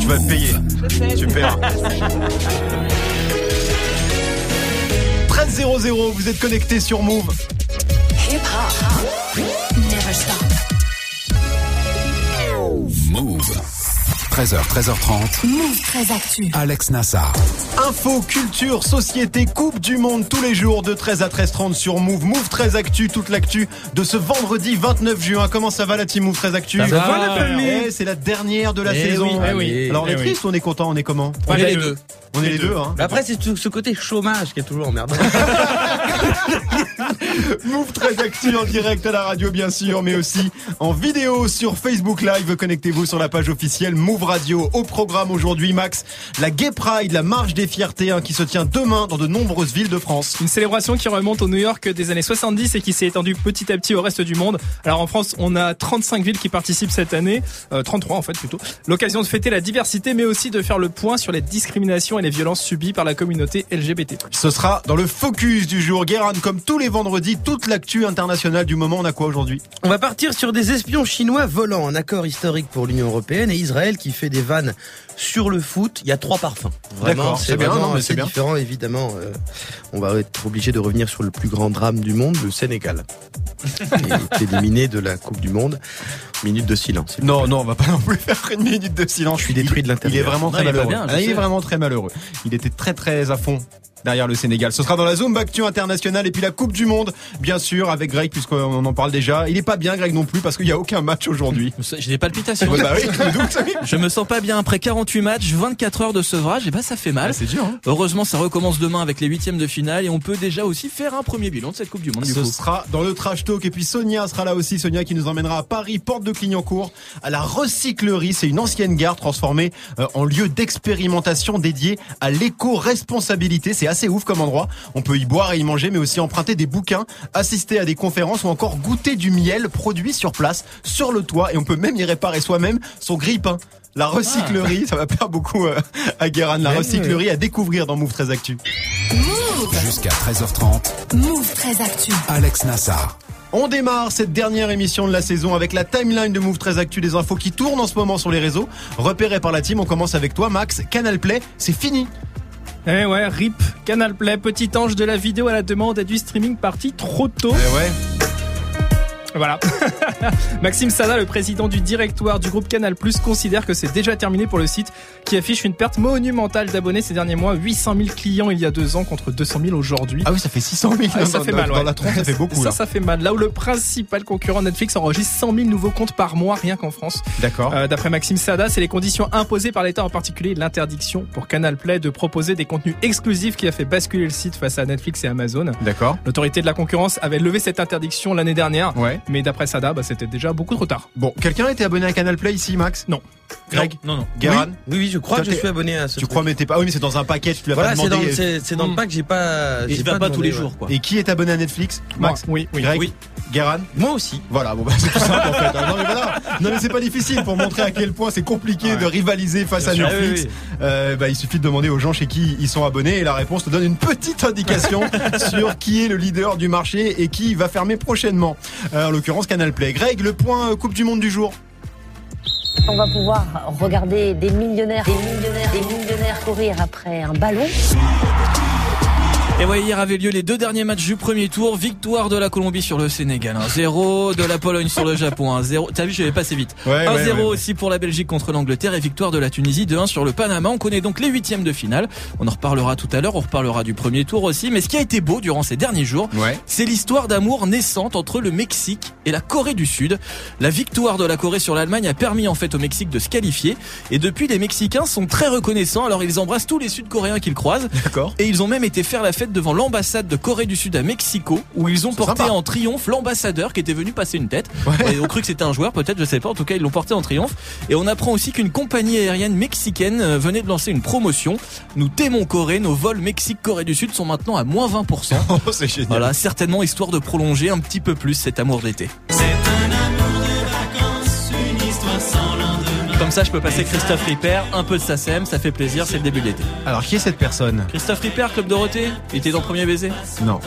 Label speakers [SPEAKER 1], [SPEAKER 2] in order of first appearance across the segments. [SPEAKER 1] Tu vas te payer. Tu perds. 13.00, vous êtes connecté sur Move.
[SPEAKER 2] Hip hop. Never stop.
[SPEAKER 3] Move. 13h, 13h30.
[SPEAKER 2] Move très actu.
[SPEAKER 3] Alex Nassar.
[SPEAKER 1] Info, culture, société, Coupe du Monde tous les jours de 13 à 13h30 sur Move. Move 13 Actu, toute l'actu de ce vendredi 29 juin. Comment ça va la team Move 13 Actu
[SPEAKER 4] Ça va, la famille
[SPEAKER 1] Eh, C'est la dernière de la
[SPEAKER 4] Eh
[SPEAKER 1] saison.
[SPEAKER 4] oui, eh oui.
[SPEAKER 1] Alors on est
[SPEAKER 4] Eh oui.
[SPEAKER 1] triste ou on est content On est comment
[SPEAKER 4] On est les deux.
[SPEAKER 1] On est les deux, hein
[SPEAKER 5] Mais Après, c'est tout ce côté chômage qui est toujours emmerdant.
[SPEAKER 1] Move très actu en direct à la radio bien sûr, mais aussi en vidéo sur Facebook Live. Connectez-vous sur la page officielle Move Radio. Au programme aujourd'hui, Max, la Gay Pride, la marche des fiertés, hein, qui se tient demain dans de nombreuses villes de France.
[SPEAKER 4] Une célébration qui remonte au New York des années 70 et qui s'est étendue petit à petit au reste du monde. Alors en France, on a 35 villes qui participent cette année, euh, 33 en fait plutôt. L'occasion de fêter la diversité mais aussi de faire le point sur les discriminations et les violences subies par la communauté LGBT.
[SPEAKER 1] Ce sera dans le focus du jour. Guérin, comme tous les vendredis, toute l'actu internationale du moment. On a quoi aujourd'hui
[SPEAKER 5] On va partir sur des espions chinois volants, un accord historique pour l'Union Européenne et Israël qui fait des vannes sur le foot. Il y a trois parfums. Vraiment,
[SPEAKER 1] D'accord, c'est
[SPEAKER 5] c'est
[SPEAKER 1] bien, non,
[SPEAKER 5] vraiment
[SPEAKER 1] mais c'est
[SPEAKER 5] assez
[SPEAKER 1] bien.
[SPEAKER 5] différent, évidemment. euh, on va être obligé de revenir sur le plus grand drame du monde, le Sénégal. qui est éliminé de la Coupe du Monde. Minute de silence.
[SPEAKER 1] Non, non, on va pas non plus faire une minute de silence.
[SPEAKER 5] Je suis détruit de
[SPEAKER 1] Il est
[SPEAKER 5] l'intérieur.
[SPEAKER 1] vraiment très
[SPEAKER 4] il est pas
[SPEAKER 1] malheureux.
[SPEAKER 4] bien, je
[SPEAKER 1] Ah, il est
[SPEAKER 4] sais.
[SPEAKER 1] vraiment très malheureux. Il était très très à fond derrière le Sénégal. Ce sera dans la zone Bactu internationale et puis la Coupe du Monde, bien sûr, avec Greg puisqu'on en parle déjà. Il est pas bien Greg non plus parce qu'il y a aucun match aujourd'hui.
[SPEAKER 6] J'ai des palpitations.
[SPEAKER 1] Ouais, bah oui, je me doute, oui.
[SPEAKER 6] Je me sens pas bien après 48 matchs, 24 heures de sevrage, et bah ça fait mal.
[SPEAKER 1] Ah, c'est dur. hein.
[SPEAKER 6] Heureusement, ça recommence demain avec les huitièmes de finale et on peut déjà aussi faire un premier bilan de cette Coupe du Monde. Du
[SPEAKER 1] Ce
[SPEAKER 6] coup.
[SPEAKER 1] sera dans le trash talk et puis Sonia sera là aussi. Sonia qui nous emmènera à Paris, porte de Clignancourt, à la recyclerie. C'est une ancienne gare transformée euh, en lieu d'expérimentation dédié à l'éco-responsabilité. C'est assez ouf comme endroit. On peut y boire et y manger, mais aussi emprunter des bouquins, assister à des conférences ou encore goûter du miel produit sur place, sur le toit. Et on peut même y réparer soi-même son grille-pain. La recyclerie, ça va plaire beaucoup euh, à Guérin. La recyclerie à découvrir dans Move 13 Actu.
[SPEAKER 2] Move.
[SPEAKER 3] Jusqu'à 13h30.
[SPEAKER 2] Move très actu.
[SPEAKER 3] Alex Nassar.
[SPEAKER 1] On démarre cette dernière émission de la saison avec la timeline de Move 13 Actu, des infos qui tournent en ce moment sur les réseaux. Repéré par la team, on commence avec toi Max, Canal Play, c'est fini.
[SPEAKER 4] Eh ouais, RIP, Canal Play, petit ange de la vidéo à la demande et du streaming parti trop tôt.
[SPEAKER 1] Eh ouais.
[SPEAKER 4] Voilà. Maxime Sada, le président du directoire du groupe Canal+, considère que c'est déjà terminé pour le site qui affiche une perte monumentale d'abonnés ces derniers mois. 800 000 clients il y a deux ans contre 200 000 aujourd'hui.
[SPEAKER 1] Ah hein. oui, ça fait 600 000.
[SPEAKER 4] Ah, ça
[SPEAKER 1] dans,
[SPEAKER 4] fait
[SPEAKER 1] dans-
[SPEAKER 4] mal,
[SPEAKER 1] dans
[SPEAKER 4] ouais.
[SPEAKER 1] la tronche, ça fait beaucoup
[SPEAKER 4] ça,
[SPEAKER 1] là.
[SPEAKER 4] ça fait mal. Là où le principal concurrent Netflix enregistre 100 000 nouveaux comptes par mois, rien qu'en France.
[SPEAKER 1] D'accord.
[SPEAKER 4] Euh, D'après Maxime Sada, c'est les conditions imposées par l'État, en particulier l'interdiction pour Canal Play de proposer des contenus exclusifs qui a fait basculer le site face à Netflix et Amazon.
[SPEAKER 1] D'accord.
[SPEAKER 4] L'autorité de la concurrence avait levé cette interdiction l'année dernière,
[SPEAKER 1] Ouais.
[SPEAKER 4] mais d'après Sada, bah, c'était déjà beaucoup trop tard.
[SPEAKER 1] Bon, quelqu'un était abonné à Canal Play ici Max
[SPEAKER 4] Non.
[SPEAKER 1] Greg
[SPEAKER 6] Non, non.
[SPEAKER 1] Guérin
[SPEAKER 5] Oui, oui, je crois
[SPEAKER 1] Toi,
[SPEAKER 5] que je
[SPEAKER 1] t'es-
[SPEAKER 5] suis abonné à ce
[SPEAKER 1] Tu
[SPEAKER 5] truc.
[SPEAKER 1] crois mais t'es pas... Ah oui mais c'est dans un paquet, tu l'as
[SPEAKER 5] Voilà,
[SPEAKER 1] pas
[SPEAKER 5] c'est dans,
[SPEAKER 1] demandé.
[SPEAKER 5] c'est- c'est dans le
[SPEAKER 4] Mm.
[SPEAKER 5] pack, j'ai pas.
[SPEAKER 6] Et
[SPEAKER 5] j'ai
[SPEAKER 6] il va pas tous
[SPEAKER 5] demandé,
[SPEAKER 6] les
[SPEAKER 5] ouais.
[SPEAKER 6] jours, quoi.
[SPEAKER 1] Et qui est abonné à Netflix Max
[SPEAKER 4] Moi, oui, oui.
[SPEAKER 1] Greg
[SPEAKER 6] Oui.
[SPEAKER 1] Guérin
[SPEAKER 5] Moi aussi.
[SPEAKER 1] Voilà, bon bah c'est tout simple en fait. hein. Non mais voilà, non mais c'est pas difficile pour montrer à quel point c'est compliqué de rivaliser face à
[SPEAKER 6] sûr. Ah
[SPEAKER 1] Netflix.
[SPEAKER 6] oui,
[SPEAKER 1] Euh, bah, il suffit de demander aux gens chez qui ils sont abonnés et la réponse te donne une petite indication sur qui est le leader du marché et qui va fermer prochainement. Euh, en l'occurrence Canal Play. Greg, le point euh, Coupe du Monde du jour.
[SPEAKER 7] On va pouvoir regarder des millionnaires, des millionnaires, des millionnaires courir après un ballon.
[SPEAKER 6] Et ouais, hier avaient lieu les deux derniers matchs du premier tour. Victoire de la Colombie sur le Sénégal 1-0, de la Pologne sur le Japon 1-0. T'as vu, je vais passer vite.
[SPEAKER 1] Ouais,
[SPEAKER 6] 1-0
[SPEAKER 1] ouais, ouais, ouais.
[SPEAKER 6] aussi pour la Belgique contre l'Angleterre et victoire de la Tunisie 2-1 sur le Panama. On connaît donc les huitièmes de finale. On en reparlera tout à l'heure, on reparlera du premier tour aussi. Mais ce qui a été beau durant ces derniers jours,
[SPEAKER 1] Ouais.
[SPEAKER 6] c'est l'histoire d'amour naissante entre le Mexique et la Corée du Sud. La victoire de la Corée sur l'Allemagne a permis en fait au Mexique de se qualifier. Et depuis, les Mexicains sont très reconnaissants. Alors ils embrassent tous les Sud-Coréens qu'ils croisent.
[SPEAKER 1] D'accord.
[SPEAKER 6] Et ils ont même été faire la fête devant l'ambassade de Corée du Sud à Mexico, où ils ont porté
[SPEAKER 1] sympa.
[SPEAKER 6] en triomphe l'ambassadeur qui était venu passer une tête.
[SPEAKER 1] Ouais.
[SPEAKER 6] Et on cru que c'était un joueur, peut-être, je sais pas. En tout cas, ils l'ont porté en triomphe. Et on apprend aussi qu'une compagnie aérienne mexicaine euh, venait de lancer une promotion. Nous t'aimons Corée, nos vols Mexique-Corée du Sud sont maintenant à moins 20%.
[SPEAKER 1] Oh, c'est génial.
[SPEAKER 6] Voilà, certainement histoire de prolonger un petit peu plus cet amour d'été.
[SPEAKER 8] C'est un amour de vacances, une histoire sans lendemain.
[SPEAKER 6] Comme ça, je peux passer Christophe Ripper, un peu de SACEM, ça fait plaisir, c'est le début de l'été.
[SPEAKER 1] Alors, qui est cette personne
[SPEAKER 6] Christophe Ripper, Club Dorothée, il était dans Premier Baiser
[SPEAKER 1] Non.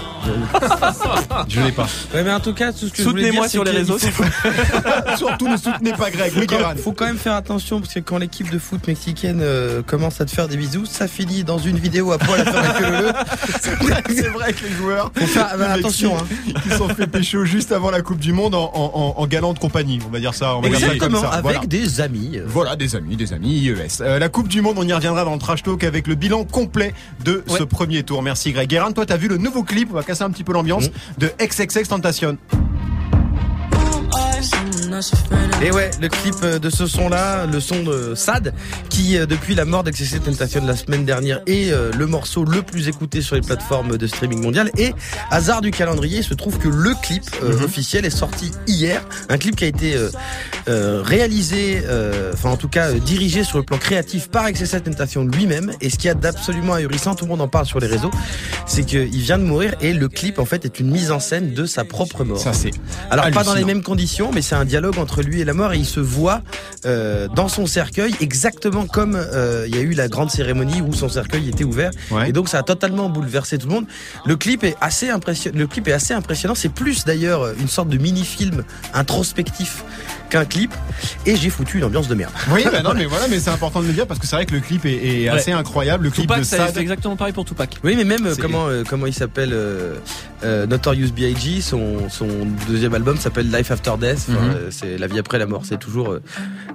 [SPEAKER 1] Je l'ai pas.
[SPEAKER 8] Ouais, mais en tout cas, tout ce que je voulais dire,
[SPEAKER 6] Soutenez-moi
[SPEAKER 8] c'est
[SPEAKER 6] sur les
[SPEAKER 8] qu'il
[SPEAKER 6] réseaux.
[SPEAKER 8] faut-
[SPEAKER 1] Surtout ne soutenez pas Greg. Oui, Guérin.
[SPEAKER 5] Faut quand même faire attention parce que quand l'équipe de foot mexicaine euh, commence à te faire des bisous, ça finit dans une vidéo à poil à faire la queue leu-leu.
[SPEAKER 1] C'est vrai que les joueurs.
[SPEAKER 5] Faut faire bah,
[SPEAKER 1] du
[SPEAKER 5] euh, attention. Hein.
[SPEAKER 1] Mexique, Qui sont fait pécho juste avant la Coupe du Monde en, en- en- en galante compagnie. On va dire ça. On va dire ça comme
[SPEAKER 5] Exactement,
[SPEAKER 1] ça.
[SPEAKER 5] avec
[SPEAKER 1] Voilà.
[SPEAKER 5] des amis. euh,
[SPEAKER 1] Voilà, des amis, des amis IES. Euh, la Coupe du Monde, on y reviendra dans le trash talk avec le bilan complet de ce premier tour. Merci Greg Guérin. Toi, t'as vu le nouveau clip, on va casser un petit peu l'ambiance, de XXX Tentation.
[SPEAKER 5] Et ouais, le clip euh, de ce son-là, le son de Sad, qui euh, depuis la mort d'XXC Tentation de la semaine dernière est euh, le morceau le plus écouté sur les plateformes de streaming mondiales. Et hasard du calendrier, il se trouve que le clip euh, officiel est sorti hier. Un clip qui a été euh, euh, réalisé, euh, enfin en tout cas euh, dirigé sur le plan créatif par XXC Tentation lui-même. Et ce qu'il y a d'absolument ahurissant, tout le monde en parle sur les réseaux, c'est qu'il vient de mourir et le clip en fait est une mise en scène de sa propre mort.
[SPEAKER 1] Ça, c'est
[SPEAKER 5] Alors pas dans les
[SPEAKER 1] Hallucinant.
[SPEAKER 5] mêmes conditions, mais c'est un dialogue entre lui et la mort et il se voit euh, dans son cercueil exactement comme euh, il y a eu la grande cérémonie où son cercueil était ouvert.
[SPEAKER 1] Ouais.
[SPEAKER 5] Et donc ça a totalement bouleversé tout le monde. Le clip est assez impressionnant. Le clip est assez impressionnant. C'est plus d'ailleurs une sorte de mini-film introspectif qu'un clip. Et j'ai foutu une ambiance de merde.
[SPEAKER 1] Oui, bah non, mais voilà, mais c'est important de le dire parce que c'est vrai que le clip est, est assez incroyable. Le clip
[SPEAKER 6] Tupac,
[SPEAKER 1] de
[SPEAKER 6] ça
[SPEAKER 1] Sad.
[SPEAKER 6] fait exactement pareil pour Tupac.
[SPEAKER 5] Oui, mais même euh,
[SPEAKER 1] C'est-
[SPEAKER 5] comment euh, comment il s'appelle euh, euh, Notorious B.I.G. Son son deuxième album s'appelle Life After Death. Enfin,
[SPEAKER 1] Mhm.
[SPEAKER 5] euh, c'est la vie après la mort. C'est toujours euh,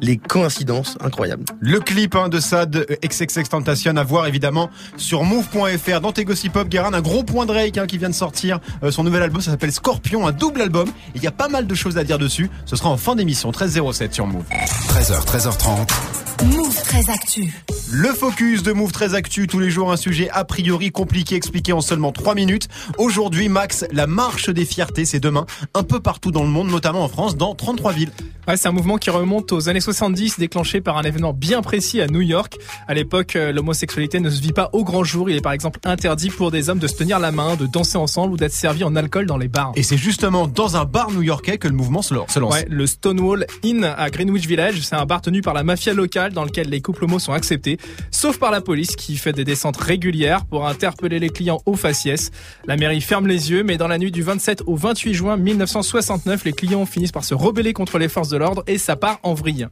[SPEAKER 5] les coïncidences incroyables.
[SPEAKER 1] Le clip hein, de Sad euh, XXX Tentation à voir évidemment sur move.fr dans tes gossip pop Guérin un gros point Drake hein, qui vient de sortir euh, son nouvel album ça s'appelle Scorpion un double album il y a pas mal de choses à dire dessus ce sera en fin d'émission 13.07 sur Move
[SPEAKER 3] 13h, 13h30.
[SPEAKER 2] Move très actu.
[SPEAKER 1] Le focus de Move très actu tous les jours un sujet a priori compliqué expliqué en seulement 3 minutes aujourd'hui Max la marche des fiertés c'est demain un peu partout dans le monde notamment en France dans 33 villes
[SPEAKER 4] Ouais, c'est un mouvement qui remonte aux années 70, déclenché par un événement bien précis à New York. À l'époque, euh, l'homosexualité ne se vit pas au grand jour. Il est par exemple interdit pour des hommes de se tenir la main, de danser ensemble ou d'être servi en alcool dans les bars.
[SPEAKER 1] et c'est justement dans un bar new-yorkais que le mouvement se lan- se lance
[SPEAKER 4] Ouais, le Stonewall Inn à Greenwich Village, c'est un bar tenu par la mafia locale dans lequel les couples homo sont acceptés, sauf par la police qui fait des descentes régulières pour interpeller les clients aux faciès. La mairie ferme les yeux, mais dans la nuit du 27 au 28 juin 1969, les clients finissent par se rebeller contre les forces de l'ordre et ça part en vrille.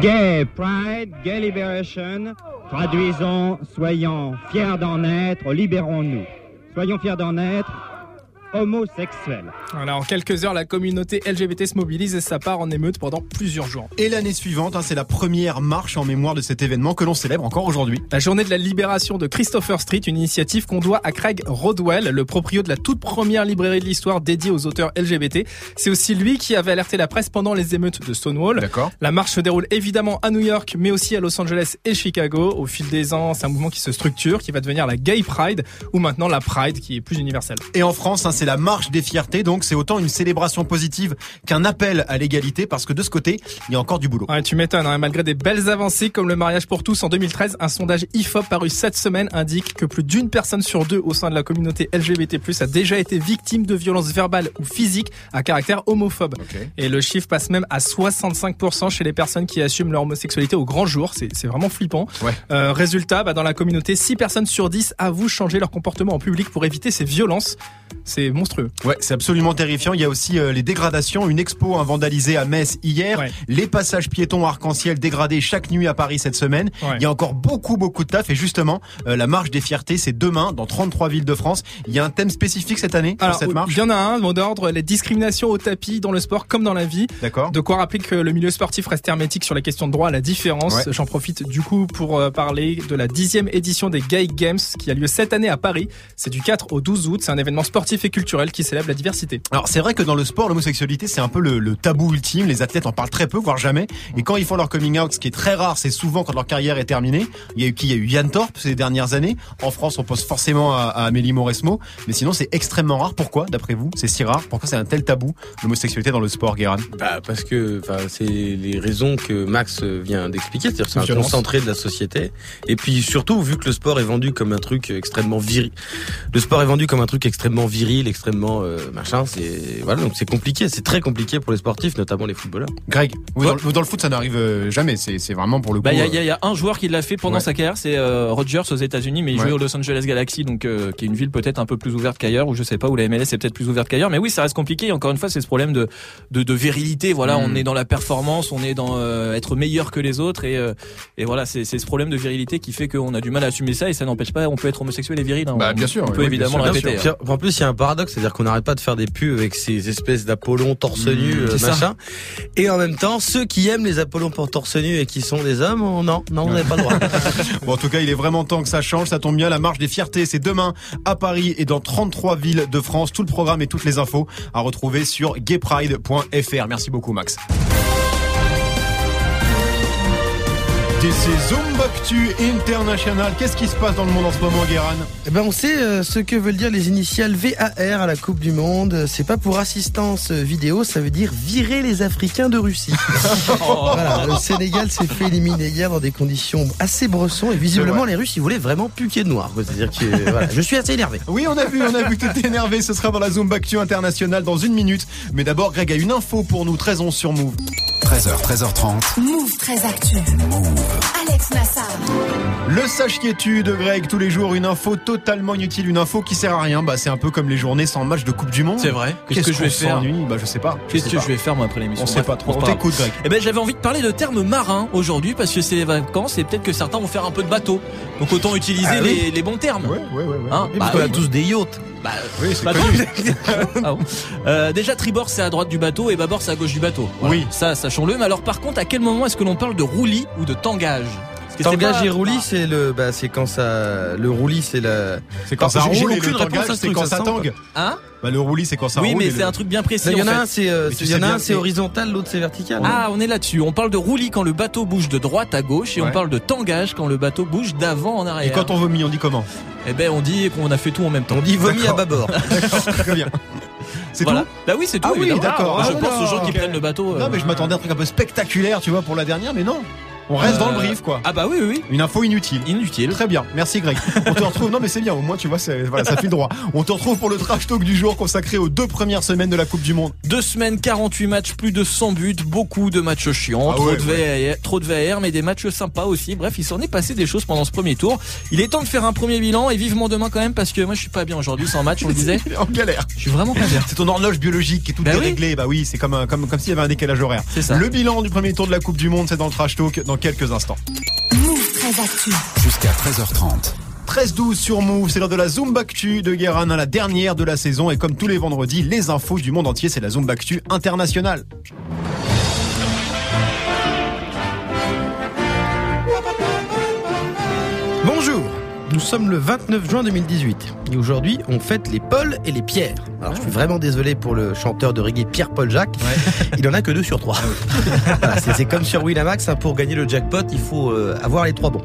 [SPEAKER 9] Gay Pride, Gay Liberation, traduisons, soyons fiers d'en être, libérons-nous. Soyons fiers d'en être, homosexuels.
[SPEAKER 4] Voilà, en quelques heures, la communauté LGBT se mobilise et ça part en émeute pendant plusieurs jours.
[SPEAKER 1] Et l'année suivante, hein, c'est la première marche en mémoire de cet événement que l'on célèbre encore aujourd'hui.
[SPEAKER 4] La journée de la libération de Christopher Street, une initiative qu'on doit à Craig Rodwell, le proprio de la toute première librairie de l'histoire dédiée aux auteurs LGBT. C'est aussi lui qui avait alerté la presse pendant les émeutes de Stonewall.
[SPEAKER 1] D'accord.
[SPEAKER 4] La marche se déroule évidemment à New York, mais aussi à Los Angeles et Chicago. Au fil des ans, c'est un mouvement qui se structure, qui va devenir la Gay Pride, ou maintenant la Pride, qui est plus universelle.
[SPEAKER 1] Et en France, hein, c'est la marche des fiertés, donc c'est autant une célébration positive qu'un appel à l'égalité, parce que de ce côté, il y a encore du boulot.
[SPEAKER 4] Ouais, tu m'étonnes, hein. malgré des belles avancées comme le mariage pour tous en 2013, un sondage IFOP paru cette semaine indique que plus d'une personne sur deux au sein de la communauté LGBT+, a déjà été victime de violences verbales ou physiques à caractère homophobe. Et le chiffre passe même à 65% chez les personnes qui assument leur homosexualité au grand jour, c'est c'est vraiment flippant.
[SPEAKER 1] Ouais.
[SPEAKER 4] Euh, résultat, bah, dans la communauté, 6 personnes sur 10 avouent changer leur comportement en public pour éviter ces violences. C'est monstrueux.
[SPEAKER 1] Ouais, c'est absolument terrifiant. Il y a aussi euh, les dégradations, une expo hein, vandalisée à Metz hier,
[SPEAKER 4] Ouais.
[SPEAKER 1] les passages piétons arc-en-ciel dégradés chaque nuit à Paris cette semaine.
[SPEAKER 4] Ouais.
[SPEAKER 1] Il y a encore beaucoup, beaucoup de taf. Et justement, euh, la marche des fiertés, c'est demain dans 33 villes de France. Il y a un thème spécifique cette année sur cette marche.
[SPEAKER 4] il y en a un, mot d'ordre, les discriminations au tapis dans le sport comme dans la vie.
[SPEAKER 1] D'accord.
[SPEAKER 4] De quoi rappeler que le milieu sportif reste hermétique sur la question de droit à la différence.
[SPEAKER 1] Ouais.
[SPEAKER 4] J'en profite du coup pour euh, parler de la dixième édition des Gay Games qui a lieu cette année à Paris. C'est du 4 au 12 août. C'est un événement sportif et culturel qui célèbre la diversité.
[SPEAKER 1] Alors c'est vrai que dans le sport, l'homosexualité c'est un peu le, le tabou ultime. Les athlètes en parlent très peu, voire jamais. Et quand ils font leur coming out, ce qui est très rare, c'est souvent quand leur carrière est terminée. Il y a eu qui Il y a eu Yann Thorpe ces dernières années. En France, on pense forcément à, à Amélie Mauresmo, mais sinon c'est extrêmement rare. Pourquoi, d'après vous, c'est si rare Pourquoi c'est un tel tabou l'homosexualité dans le sport, Guérin
[SPEAKER 5] Bah, parce que enfin, c'est les raisons que Max euh, vient d'expliquer, c'est-à-dire que c'est un
[SPEAKER 4] Violence.
[SPEAKER 5] concentré de la société. Et puis surtout, vu que le sport est vendu comme un truc extrêmement viril, le sport est vendu comme un truc extrêmement viril, extrêmement euh, machin. C'est voilà, donc c'est compliqué, c'est très compliqué pour les sportifs, notamment les footballeurs.
[SPEAKER 1] Greg, vous, dans, le- dans le foot, ça n'arrive euh, jamais. C'est c'est vraiment pour le coup.
[SPEAKER 6] Bah, il y, a- il y
[SPEAKER 1] euh,
[SPEAKER 6] a- il y a un joueur qui l'a fait pendant
[SPEAKER 1] Ouais.
[SPEAKER 6] sa carrière, c'est euh, Rodgers aux États-Unis, mais il
[SPEAKER 1] Ouais.
[SPEAKER 6] jouait au Los Angeles Galaxy, donc euh, qui est une ville peut-être un peu plus ouverte qu'ailleurs, ou je sais pas, où la MLS est peut-être plus ouverte qu'ailleurs. Mais oui, ça reste compliqué. Et encore une fois, c'est ce problème de de, de virilité. Voilà,
[SPEAKER 1] Mm.
[SPEAKER 6] on est dans la performance, on est dans euh, être meilleur que les autres, et euh, et voilà, c'est c'est ce problème de virilité qui fait qu'on a du mal à assumer ça, et ça n'empêche pas, on peut être homosexuel et viril. hein.
[SPEAKER 1] Bah,
[SPEAKER 6] On-
[SPEAKER 1] bien sûr,
[SPEAKER 6] on peut
[SPEAKER 1] oui,
[SPEAKER 6] évidemment
[SPEAKER 1] bien
[SPEAKER 6] le
[SPEAKER 1] sûr,
[SPEAKER 6] répéter. hein.
[SPEAKER 5] Tiens, En plus, il y a un paradoxe, c'est-à-dire qu'on n'arrête pas de faire des pubs avec ces espèces d'Apollon torse nu, euh,
[SPEAKER 6] Mm, c'est ça.
[SPEAKER 5] machin. Et en même temps, ceux qui aiment les Apollons pour torse nu et qui sont des hommes, on- non, non, on n'avait pas le droit.
[SPEAKER 1] Bon, en tout cas, il est vraiment temps que ça change. Ça tombe bien. La marche des fiertés, c'est demain à Paris et dans 33 villes de France. Tout le programme et toutes les infos à retrouver sur gaypride.fr. Merci beaucoup, Max. This is Umbaktu International. Qu'est-ce qui se passe dans le monde en ce moment, Guéran
[SPEAKER 5] Eh ben, on sait euh, ce que veulent dire les initiales VAR à la Coupe du Monde. C'est pas pour assistance vidéo, ça veut dire virer les Africains de Russie. Voilà, le Sénégal s'est fait éliminer hier dans des conditions assez bressons et visiblement les Russes ils voulaient vraiment puquer de noir. quoi. C'est-à-dire que euh, voilà, je suis assez énervé.
[SPEAKER 1] Oui, on a vu, on a vu que t'étais énervé. Ce sera dans la Zumbactu International dans une minute. Mais d'abord, Greg a une info pour nous. 13 11 sur Move.
[SPEAKER 3] 13h, 13h30.
[SPEAKER 2] Move 13 Actu. Alex Nassar.
[SPEAKER 1] Le sachiez-tu de Greg tous les jours une info totalement inutile, une info qui sert à rien. Bah c'est un peu comme les journées sans match de Coupe du Monde.
[SPEAKER 6] C'est vrai. Qu'est-ce que je
[SPEAKER 1] qu'on
[SPEAKER 6] vais faire
[SPEAKER 1] s'ennuie Bah je sais pas. Je
[SPEAKER 6] Qu'est-ce
[SPEAKER 1] sais
[SPEAKER 6] que
[SPEAKER 1] pas.
[SPEAKER 6] je vais faire moi après l'émission
[SPEAKER 1] On sait pas trop. On t'écoute Greg.
[SPEAKER 6] Eh ben, j'avais envie de parler de termes marins aujourd'hui parce que c'est les vacances et peut-être que certains vont faire un peu de bateau. Donc autant utiliser
[SPEAKER 5] Ah oui.
[SPEAKER 6] les, les bons termes.
[SPEAKER 1] Ouais ouais ouais. ouais.
[SPEAKER 6] Hein
[SPEAKER 5] Oui,
[SPEAKER 6] Bah
[SPEAKER 5] parce qu'on a
[SPEAKER 6] oui.
[SPEAKER 5] tous des yachts.
[SPEAKER 6] Bah,
[SPEAKER 1] Oui, c'est
[SPEAKER 6] Bah,
[SPEAKER 1] connu.
[SPEAKER 6] ah bon. Euh, déjà tribord c'est à droite du bateau et bâbord c'est à gauche du bateau.
[SPEAKER 1] Oui.
[SPEAKER 6] Ça sachons-le. Mais alors par contre à quel moment est-ce que l'on parle de roulis ou de tangage Parce que c'est
[SPEAKER 5] Tangage
[SPEAKER 6] pas-
[SPEAKER 5] et roulis, c'est le, bah, c'est quand ça, le roulis, c'est la.
[SPEAKER 1] C'est quand ça
[SPEAKER 5] J'ai- j'ai
[SPEAKER 1] roule et
[SPEAKER 5] aucune
[SPEAKER 1] le
[SPEAKER 5] réponse à
[SPEAKER 1] tangage
[SPEAKER 5] ce
[SPEAKER 1] c'est
[SPEAKER 5] truc,
[SPEAKER 1] quand
[SPEAKER 5] ça
[SPEAKER 1] ça
[SPEAKER 5] sent,
[SPEAKER 1] tangue.
[SPEAKER 6] Hein
[SPEAKER 1] Bah le roulis c'est quand ça
[SPEAKER 6] Oui
[SPEAKER 1] roule.
[SPEAKER 6] mais
[SPEAKER 1] et
[SPEAKER 6] c'est
[SPEAKER 1] le-
[SPEAKER 6] un truc bien précis.
[SPEAKER 5] Il y en
[SPEAKER 6] en
[SPEAKER 5] a
[SPEAKER 6] fait.
[SPEAKER 5] un, c'est, euh,
[SPEAKER 1] Mais tu
[SPEAKER 5] il y en
[SPEAKER 1] sais
[SPEAKER 5] a
[SPEAKER 1] bien
[SPEAKER 5] un,
[SPEAKER 1] que
[SPEAKER 5] c'est
[SPEAKER 1] c'est-
[SPEAKER 5] horizontal, l'autre c'est vertical.
[SPEAKER 6] Ah, on est là-dessus. On parle de roulis quand le bateau bouge de droite à gauche et
[SPEAKER 1] Ouais.
[SPEAKER 6] on parle de tangage quand le bateau bouge d'avant en arrière.
[SPEAKER 1] Et quand on vomit, on dit comment
[SPEAKER 6] Eh ben, on dit qu'on a fait tout en même temps.
[SPEAKER 5] On dit vomi à
[SPEAKER 1] D'accord.
[SPEAKER 5] bâbord.
[SPEAKER 1] D'accord, Très bien. C'est
[SPEAKER 6] voilà.
[SPEAKER 1] tout.
[SPEAKER 6] Bah oui, c'est tout.
[SPEAKER 1] Ah oui,
[SPEAKER 6] évidemment.
[SPEAKER 1] d'accord.
[SPEAKER 6] Moi,
[SPEAKER 1] Ah
[SPEAKER 6] je
[SPEAKER 1] oui,
[SPEAKER 6] pense aux gens
[SPEAKER 1] d'accord.
[SPEAKER 6] qui prennent le bateau. euh,
[SPEAKER 1] Non mais je m'attendais à un truc un peu spectaculaire, tu vois, pour la dernière, mais non. On reste dans le
[SPEAKER 6] euh,
[SPEAKER 1] brief quoi.
[SPEAKER 6] Ah bah oui, oui,
[SPEAKER 1] Une info inutile.
[SPEAKER 6] oui. Inutile.
[SPEAKER 1] Très bien, merci Greg. On te retrouve. Non, mais c'est bien. Au moins, tu vois, c'est- voilà, ça fait le droit. On te retrouve pour le trash talk du jour consacré aux deux premières semaines de la Coupe du Monde.
[SPEAKER 6] Deux semaines, 48 matchs, plus de 100 buts, beaucoup de matchs chiants,
[SPEAKER 1] Ah
[SPEAKER 6] trop,
[SPEAKER 1] ouais,
[SPEAKER 6] de VAR, trop de VAR, mais des matchs sympas aussi. Bref, il s'en est passé des choses pendant ce premier tour. Il est temps de faire un premier bilan et vivement demain quand même parce que moi je suis pas bien aujourd'hui sans match, on le disait.
[SPEAKER 1] En galère.
[SPEAKER 6] Je suis vraiment pas bien.
[SPEAKER 1] C'est ton horloge biologique qui est toute
[SPEAKER 6] Bah oui.
[SPEAKER 1] déréglée. Bah oui, c'est comme un- comme comme s'il y avait un décalage horaire.
[SPEAKER 6] C'est ça.
[SPEAKER 1] Le bilan du premier tour de la Coupe du Monde, c'est dans le trash talk dans quelques instants.
[SPEAKER 2] Move 13 Actu.
[SPEAKER 3] Jusqu'à 13h30.
[SPEAKER 1] 13-12 sur Move, c'est l'heure de la Zumbactu de Guérin, la dernière de la saison. Et comme tous les vendredis, les infos du monde entier, c'est la Zumbactu internationale.
[SPEAKER 5] Bonjour, nous sommes le 29 juin 2018 et aujourd'hui on fête les Paul et les Pierre. Alors je suis vraiment désolé pour le chanteur de reggae Pierre-Paul Jacques, il en a que deux sur trois. Voilà, c'est c'est comme sur Winamax, hein, pour gagner le jackpot il faut euh, avoir les trois bons.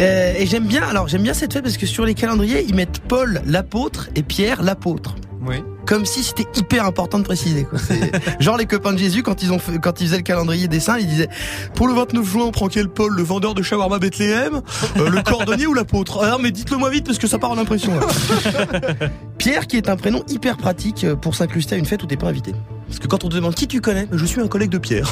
[SPEAKER 5] Euh, et j'aime bien, alors j'aime bien cette fête parce que sur les calendriers ils mettent Paul l'apôtre et Pierre l'apôtre.
[SPEAKER 1] Oui.
[SPEAKER 5] Comme si c'était hyper important de préciser. quoi. C'est- Genre les copains de Jésus quand ils ont fait- quand ils faisaient le calendrier des saints, ils disaient pour le 29 juin on prend quel Paul, le vendeur de shawarma Bethléem, euh, le cordonnier ou l'apôtre Ah non, mais dites-le moi vite parce que ça part en impression. là. Pierre, qui est un prénom hyper pratique euh, pour s'incruster à une fête où t'es pas invité. Parce que quand on te demande qui tu connais, je suis un collègue de Pierre.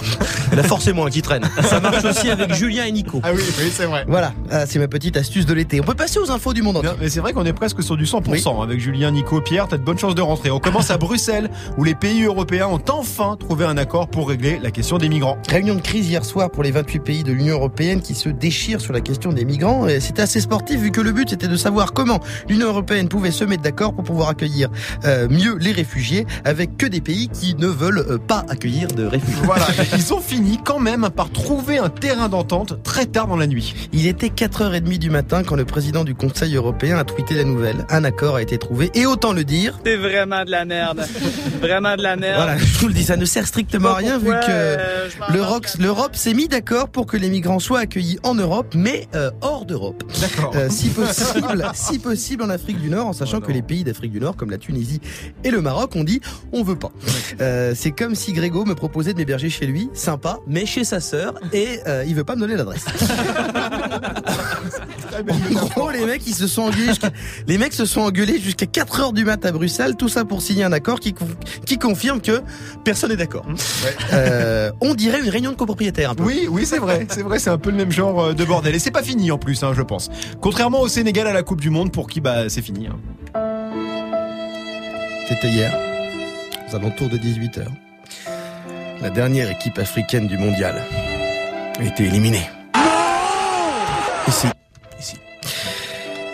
[SPEAKER 5] Là, forcément, un qui traîne. Ça marche aussi avec Julien et Nico.
[SPEAKER 1] Ah oui, oui, c'est vrai.
[SPEAKER 5] Voilà, Ah, c'est ma petite astuce de l'été. On peut passer aux infos du monde entier.
[SPEAKER 1] Non, mais c'est vrai qu'on est presque sur du 100% hein, avec Julien, Nico, Pierre, t'as de bonnes chances de rentrer. On commence à Bruxelles où les pays européens ont enfin trouvé un accord pour régler la question des migrants.
[SPEAKER 5] Réunion de crise hier soir pour les 28 pays de l'Union européenne qui se déchirent sur la question des migrants. Et C'était assez sportif vu que le but était de savoir comment l'Union européenne pouvait se mettre d'accord pour pouvoir accueillir euh, mieux les réfugiés avec que des pays qui ne veulent euh, pas accueillir de réfugiés.
[SPEAKER 1] Voilà, ils ont fini quand même par trouver un terrain d'entente très tard dans la nuit.
[SPEAKER 5] Il était 4h30 du matin quand le président du Conseil européen a tweeté la nouvelle. Un accord a été trouvé et autant le dire,
[SPEAKER 8] C'est vraiment de la merde. Vraiment de la merde.
[SPEAKER 5] voilà, je vous le dis, ça ne sert strictement à rien vu
[SPEAKER 8] Pourquoi,
[SPEAKER 5] que...
[SPEAKER 8] euh, je m'en
[SPEAKER 5] Le
[SPEAKER 8] marche
[SPEAKER 5] Rox- L'Europe s'est mis d'accord pour que les migrants soient accueillis en Europe, mais euh, hors d'Europe.
[SPEAKER 1] D'accord.
[SPEAKER 5] Euh, si possible, si possible en Afrique du Nord, en sachant que les pays d'Afrique du Nord, comme la Tunisie et le Maroc, ont dit on veut pas. Euh, Euh, c'est comme si Grégo me proposait de m'héberger chez lui, sympa, mais chez sa sœur, et euh, il veut pas me donner l'adresse. en gros, les mecs, ils se sont engueulés jusqu'à, les mecs se sont engueulés jusqu'à 4 heures du mat à Bruxelles, tout ça pour signer un accord qui, con- qui confirme que personne n'est d'accord. Euh, on dirait une réunion de copropriétaires, un peu.
[SPEAKER 1] Oui, oui, c'est vrai, c'est vrai, c'est un peu le même genre euh, de bordel. Et c'est pas fini en plus, hein, je pense. Contrairement au Sénégal à la Coupe du Monde, pour qui bah c'est fini. hein.
[SPEAKER 5] C'était hier, aux alentours de 18h. La dernière équipe africaine du mondial a été éliminée. et si, et si.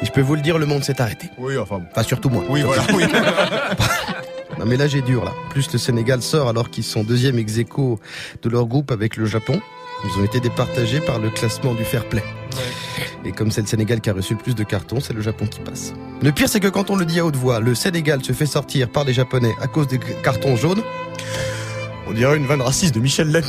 [SPEAKER 5] Et je peux vous le dire, le monde s'est arrêté.
[SPEAKER 1] Oui, enfin bon.
[SPEAKER 5] Enfin, surtout moi.
[SPEAKER 1] Oui, voilà. Oui.
[SPEAKER 5] Non, mais là, j'ai dur, là. Plus le Sénégal sort alors qu'ils sont deuxième ex aequo de leur groupe avec le Japon. Ils ont été départagés par le classement du fair play. Et comme c'est le Sénégal qui a reçu le plus de cartons, c'est le Japon qui passe. Le pire, c'est que quand on le dit à haute voix, le Sénégal se fait sortir par les Japonais à cause des cartons jaunes. On dirait une vanne raciste de Michel Lem.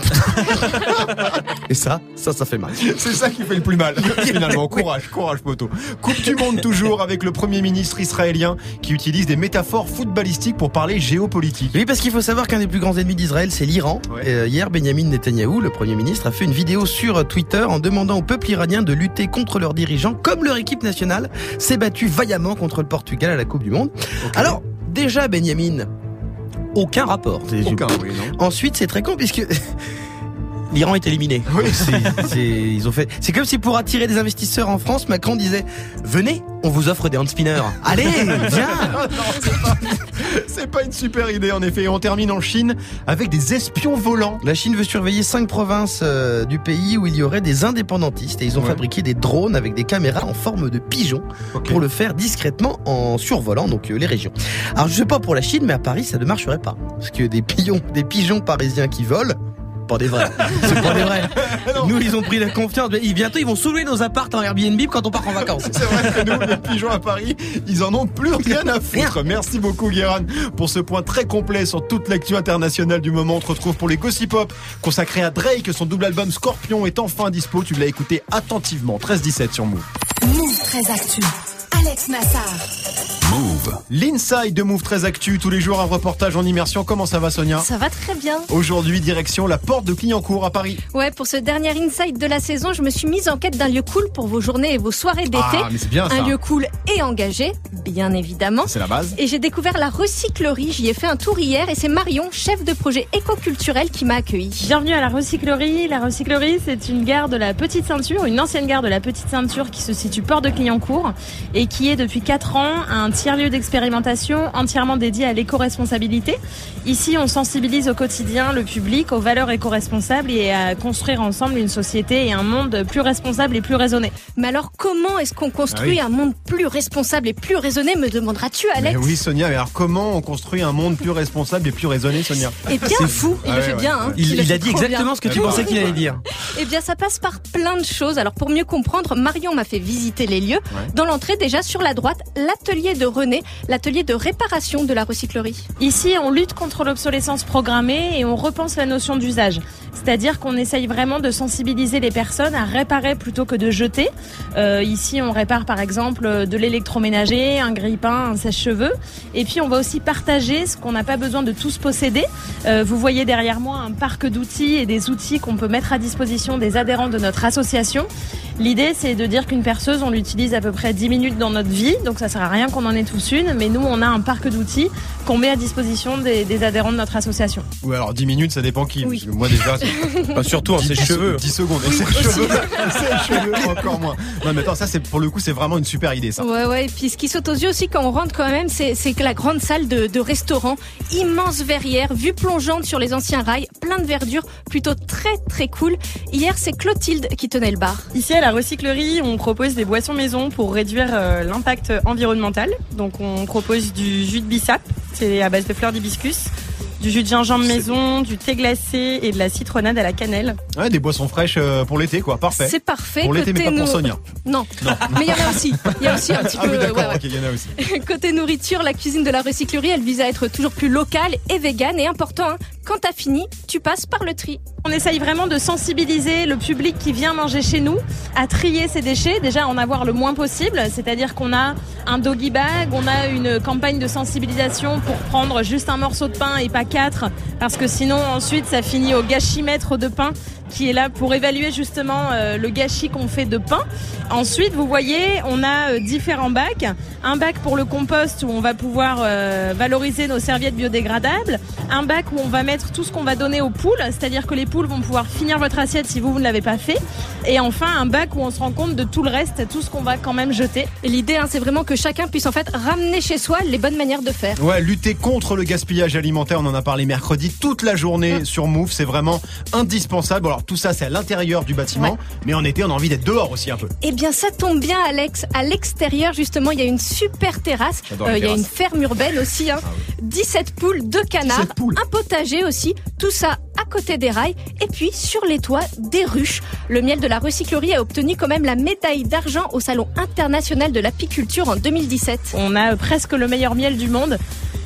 [SPEAKER 5] Et ça, ça, ça fait mal.
[SPEAKER 1] C'est ça qui fait le plus mal, finalement. Courage, courage, poteau. Coupe du monde toujours avec le premier ministre israélien qui utilise des métaphores footballistiques pour parler géopolitique.
[SPEAKER 5] Oui, parce qu'il faut savoir qu'un des plus grands ennemis d'Israël, c'est l'Iran.
[SPEAKER 1] Ouais.
[SPEAKER 5] Et, euh, hier, Benjamin Netanyahou, le Premier ministre, a fait une vidéo sur euh, Twitter en demandant au peuple iranien de lutter contre leurs dirigeants, comme leur équipe nationale s'est battue vaillamment contre le Portugal à la Coupe du Monde. Alors, déjà, Benjamin, aucun rapport.
[SPEAKER 1] Aucun, oui, non
[SPEAKER 5] Ensuite, c'est très con puisque l'Iran est éliminé. C'est- c'est- ils ont fait. C'est comme si pour attirer des investisseurs en France, Macron disait venez, on vous offre des handspinners. Allez, viens.
[SPEAKER 1] Ah non, c'est pas, c'est pas une super idée, en effet. Et on termine en Chine avec des espions volants.
[SPEAKER 5] La Chine veut surveiller cinq provinces euh, du pays où il y aurait des indépendantistes et ils ont
[SPEAKER 1] Ouais.
[SPEAKER 5] fabriqué des drones avec des caméras en forme de pigeons pour le faire discrètement en survolant donc euh, les régions. Alors je sais pas pour la Chine mais à Paris ça ne marcherait pas parce que des pigeons, des pigeons parisiens qui volent pas des vrais. C'est pas des vrais. Nous, ils ont pris la confiance. Mais ils- bientôt, ils vont soulever nos apparts en Airbnb quand on part en vacances.
[SPEAKER 1] C'est vrai que nous, les pigeons à Paris, ils en ont plus rien à foutre. Merci beaucoup, Guéran, pour ce point très complet sur toute l'actu internationale du moment. On te retrouve pour les Gossip Pop, consacré à Drake. Son double album Scorpion est enfin dispo. Tu l'as écouté attentivement. 13-17 sur Move.
[SPEAKER 2] Move 13 Actu. Alex Nassar.
[SPEAKER 3] Move.
[SPEAKER 1] L'inside de Move 13 Actu. Tous les jours, un reportage en immersion. Comment ça va, Sonia?
[SPEAKER 10] Ça va très bien.
[SPEAKER 1] Aujourd'hui, direction la porte de Clignancourt à Paris.
[SPEAKER 10] Ouais, pour ce dernier insight de la saison, je me suis mise en quête d'un lieu cool pour vos journées et vos soirées d'été.
[SPEAKER 1] Ah, mais c'est bien ça.
[SPEAKER 10] un lieu cool et engagé, bien évidemment.
[SPEAKER 1] C'est la base.
[SPEAKER 10] Et j'ai découvert la recyclerie, j'y ai fait un tour hier et c'est Marion, chef de projet éco-culturel, qui m'a accueilli.
[SPEAKER 11] Bienvenue à la recyclerie. La recyclerie, c'est une gare de la Petite Ceinture, une ancienne gare de la Petite Ceinture qui se situe port de Clignancourt et qui est depuis 4 ans un tiers-lieu d'expérimentation entièrement dédié à l'éco-responsabilité. Ici, on sensibilise au quotidien le public aux valeurs éco-responsables et à construire ensemble une société et un monde plus responsable et plus raisonné.
[SPEAKER 10] Mais alors comment est-ce qu'on construit un monde plus responsable et plus raisonné, me demanderas-tu
[SPEAKER 1] Mais
[SPEAKER 10] Alex
[SPEAKER 1] oui, Sonia, mais alors comment on construit un monde plus responsable et plus raisonné, Sonia
[SPEAKER 10] Eh bien,
[SPEAKER 5] C'est fou.
[SPEAKER 10] il
[SPEAKER 1] Ah
[SPEAKER 10] le
[SPEAKER 1] ouais,
[SPEAKER 10] fait
[SPEAKER 1] ouais,
[SPEAKER 10] bien.
[SPEAKER 1] ouais.
[SPEAKER 10] hein.
[SPEAKER 5] Il,
[SPEAKER 10] le
[SPEAKER 5] il a
[SPEAKER 10] fait
[SPEAKER 5] dit
[SPEAKER 10] trop bien.
[SPEAKER 5] exactement ce que tu
[SPEAKER 1] Ah bah,
[SPEAKER 5] pensais qu'il allait dire.
[SPEAKER 10] Eh bien, ça passe par plein de choses. Alors, pour mieux comprendre, Marion m'a fait visiter les lieux. Dans l'entrée, déjà sur la droite, l'atelier de René, l'atelier de réparation de la recyclerie.
[SPEAKER 11] Ici, on lutte contre l'obsolescence programmée et on repense la notion d'usage. C'est-à-dire qu'on essaye vraiment de sensibiliser les personnes à réparer plutôt que de jeter. Euh, ici, on répare par exemple euh, de l'électroménager, un grille-pain, un sèche-cheveux. Et puis, on va aussi partager ce qu'on n'a pas besoin de tous posséder. Euh, vous voyez derrière moi un parc d'outils et des outils qu'on peut mettre à disposition des adhérents de notre association. L'idée, c'est de dire qu'une perceuse, on l'utilise à peu près 10 minutes dans notre vie. Donc, ça sert à rien qu'on en ait tous une. Mais nous, on a un parc d'outils qu'on met à disposition des, des adhérents de notre association.
[SPEAKER 1] Ou alors 10 minutes, ça dépend qui.
[SPEAKER 10] Oui.
[SPEAKER 1] parce que Moi déjà,
[SPEAKER 4] surtout en
[SPEAKER 1] 10
[SPEAKER 4] ses cheveux.
[SPEAKER 1] 10 secondes. Et ses cheveux, ses cheveux, encore moins. Non mais attends, ça c'est pour le coup, c'est vraiment une super idée ça.
[SPEAKER 10] Ouais, ouais. Et puis, ce qui saute aux yeux aussi quand on rentre, quand même, c'est c'est que la grande salle de, de restaurant, immense verrière, vue plongeante sur les anciens rails, plein de verdure, plutôt très, très cool. Hier, c'est Clotilde qui tenait le bar.
[SPEAKER 11] Ici à la recyclerie, on propose des boissons maison pour réduire euh, l'impact environnemental. Donc on propose du jus de bissap, c'est à base de fleurs d'hibiscus, du jus de gingembre maison, du thé glacé et de la citronnade à la cannelle.
[SPEAKER 1] Ouais, des boissons fraîches euh, pour l'été quoi, parfait.
[SPEAKER 10] C'est parfait.
[SPEAKER 1] Pour l'été mais pas
[SPEAKER 10] Côté
[SPEAKER 1] pour
[SPEAKER 10] nou-
[SPEAKER 1] Sonia.
[SPEAKER 10] Non. Mais il y en a aussi. Il y a aussi un petit
[SPEAKER 1] Ah
[SPEAKER 10] peu.
[SPEAKER 1] oui
[SPEAKER 10] ouais,
[SPEAKER 1] d'accord,
[SPEAKER 10] ouais.
[SPEAKER 1] ok, il y en a aussi.
[SPEAKER 10] Côté nourriture, la cuisine de la recyclerie, elle vise à être toujours plus locale et végane et important, hein, Quand t'as fini, tu passes par le tri.
[SPEAKER 11] On essaye vraiment de sensibiliser le public qui vient manger chez nous à trier ses déchets, déjà en avoir le moins possible, c'est-à-dire qu'on a un doggy bag, on a une campagne de sensibilisation pour prendre juste un morceau de pain et pas quatre, parce que sinon ensuite ça finit au gâchimètre de pain qui est là pour évaluer justement euh, le gâchis qu'on fait de pain. Ensuite, vous voyez, on a euh, différents bacs. Un bac pour le compost où on va pouvoir euh, valoriser nos serviettes biodégradables. Un bac où on va mettre tout ce qu'on va donner aux poules, c'est-à-dire que les poules vont pouvoir finir votre assiette si vous, vous ne l'avez pas fait. Et enfin, un bac où on se rend compte de tout le reste, tout ce qu'on va quand même jeter.
[SPEAKER 10] Et L'idée, hein, c'est vraiment que chacun puisse en fait ramener chez soi les bonnes manières de faire.
[SPEAKER 1] Ouais, lutter contre le gaspillage alimentaire, on en a parlé mercredi toute la
[SPEAKER 10] Ah.
[SPEAKER 1] journée sur Move, c'est vraiment indispensable. Bon, Alors tout ça c'est à l'intérieur du bâtiment, mais en été on a envie d'être dehors aussi un peu.
[SPEAKER 10] Eh bien, ça tombe bien, Alex. À l'extérieur, justement, il y a une super terrasse. Euh,
[SPEAKER 1] J'adore les
[SPEAKER 10] il y a
[SPEAKER 1] terrasses.
[SPEAKER 10] une ferme urbaine aussi. hein. 17 poules, 2 canards,
[SPEAKER 1] 17 poules.
[SPEAKER 10] un potager aussi. Tout ça à côté des rails. Et puis, sur les toits, des ruches. Le miel de la recyclerie a obtenu quand même la médaille d'argent au Salon international de l'apiculture en 2017.
[SPEAKER 11] On a euh, presque le meilleur miel du monde.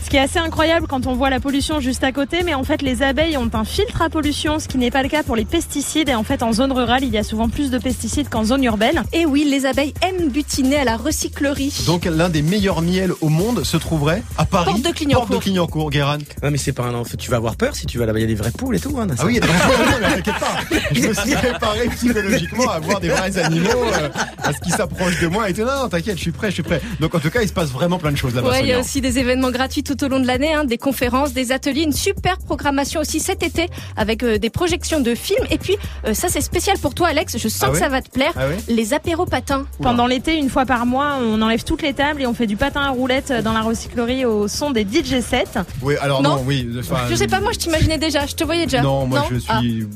[SPEAKER 11] Ce qui est assez incroyable quand on voit la pollution juste à côté, mais en fait les abeilles ont un filtre à pollution, ce qui n'est pas le cas pour les pesticides. Et en fait en zone rurale, il y a souvent plus de pesticides qu'en zone urbaine.
[SPEAKER 10] Et oui, les abeilles aiment butiner à la recyclerie.
[SPEAKER 1] Donc l'un des meilleurs miels au monde se trouverait à Paris,
[SPEAKER 10] Porte de Clignancourt.
[SPEAKER 1] Porte de Clignancourt, Guérin.
[SPEAKER 5] Ouais, mais c'est pas un enfant. Tu vas avoir peur si tu vas là-bas. Il y a des vraies poules et tout. Hein, Nasser.
[SPEAKER 1] Ah oui, il y a des vrais animaux, mais t'inquiète pas. Je me suis préparé psychologiquement à voir des vrais animaux, euh, à ce qui s'approche de moi. Et tout. non, non, t'inquiète, je suis prêt, je suis prêt. Donc en tout cas, il se passe vraiment plein de choses là-bas.
[SPEAKER 10] Ouais, il y a
[SPEAKER 1] Sonia.
[SPEAKER 10] aussi des événements gratuits tout au long de l'année, hein, des conférences, des ateliers, une super programmation aussi cet été avec euh, des projections de films. Et puis, euh, ça c'est spécial pour toi Alex, je sens
[SPEAKER 1] Ah
[SPEAKER 10] que
[SPEAKER 1] ouais
[SPEAKER 10] ça va te plaire,
[SPEAKER 1] Ah ouais
[SPEAKER 10] les apéros patins.
[SPEAKER 11] Pendant l'été, une fois par mois, on enlève toutes les tables et on fait du patin à roulettes dans la recyclerie au son des DJ sets.
[SPEAKER 1] Oui, alors non,
[SPEAKER 10] Non.
[SPEAKER 1] oui. enfin,
[SPEAKER 10] Je sais pas, moi je t'imaginais déjà, je te voyais déjà.
[SPEAKER 1] Non, moi je
[SPEAKER 10] Ah.
[SPEAKER 1] suis.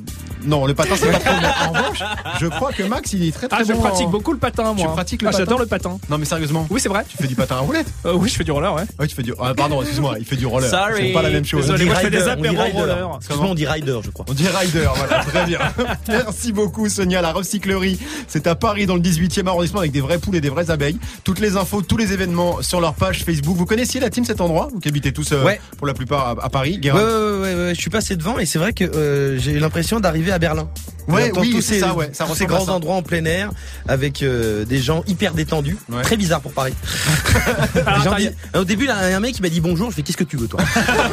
[SPEAKER 1] Non, le patin c'est pas trop. mais En revanche, je crois que Max il est très très
[SPEAKER 4] Ah, je
[SPEAKER 1] bon
[SPEAKER 4] pratique
[SPEAKER 1] en-
[SPEAKER 4] beaucoup le patin, moi.
[SPEAKER 1] Tu pratiques le
[SPEAKER 4] Ah, J'adore
[SPEAKER 1] patin
[SPEAKER 4] le patin.
[SPEAKER 1] Non, mais sérieusement,
[SPEAKER 4] Oui, c'est vrai.
[SPEAKER 1] tu fais du patin à roulette
[SPEAKER 4] Euh, oui, je fais du roller, ouais.
[SPEAKER 1] Ouais, tu fais du. Ah, pardon, excuse-moi, il fait du roller.
[SPEAKER 6] Sorry.
[SPEAKER 1] C'est pas la même chose.
[SPEAKER 4] Désolé,
[SPEAKER 5] On dit
[SPEAKER 4] moi, je fais des
[SPEAKER 5] rider, on dit
[SPEAKER 4] apéros
[SPEAKER 5] rider.
[SPEAKER 4] roller.
[SPEAKER 5] Excuse-moi, on dit rider, je crois.
[SPEAKER 1] On dit rider, voilà, très bien. Merci beaucoup Sonia, la recyclerie, c'est à Paris dans le 18e arrondissement avec des vraies poules et des vraies abeilles. Toutes les infos, tous les événements sur leur page Facebook. Vous connaissiez la team cet endroit Vous qui habitez tous euh,
[SPEAKER 5] Ouais.
[SPEAKER 1] pour la plupart à, à Paris,
[SPEAKER 5] Ouais,
[SPEAKER 1] Guérin
[SPEAKER 5] ouais, ouais, ouais, ouais, je suis passé devant et c'est vrai que euh, j'ai eu l'impression d'arriver à Berlin.
[SPEAKER 1] Ouais,
[SPEAKER 5] J'entends
[SPEAKER 1] oui,
[SPEAKER 5] tous
[SPEAKER 1] c'est
[SPEAKER 5] ces,
[SPEAKER 1] ça, ouais, ça
[SPEAKER 5] tous ces
[SPEAKER 1] ressemble à
[SPEAKER 5] grands
[SPEAKER 1] ça.
[SPEAKER 5] endroits en plein air avec euh, des gens hyper détendus.
[SPEAKER 1] Ouais.
[SPEAKER 5] Très bizarre pour Paris.
[SPEAKER 4] Alors,
[SPEAKER 5] Les gens
[SPEAKER 4] attends,
[SPEAKER 5] disent- Au début, là, un mec qui m'a dit bonjour, je fais qu'est-ce que tu veux toi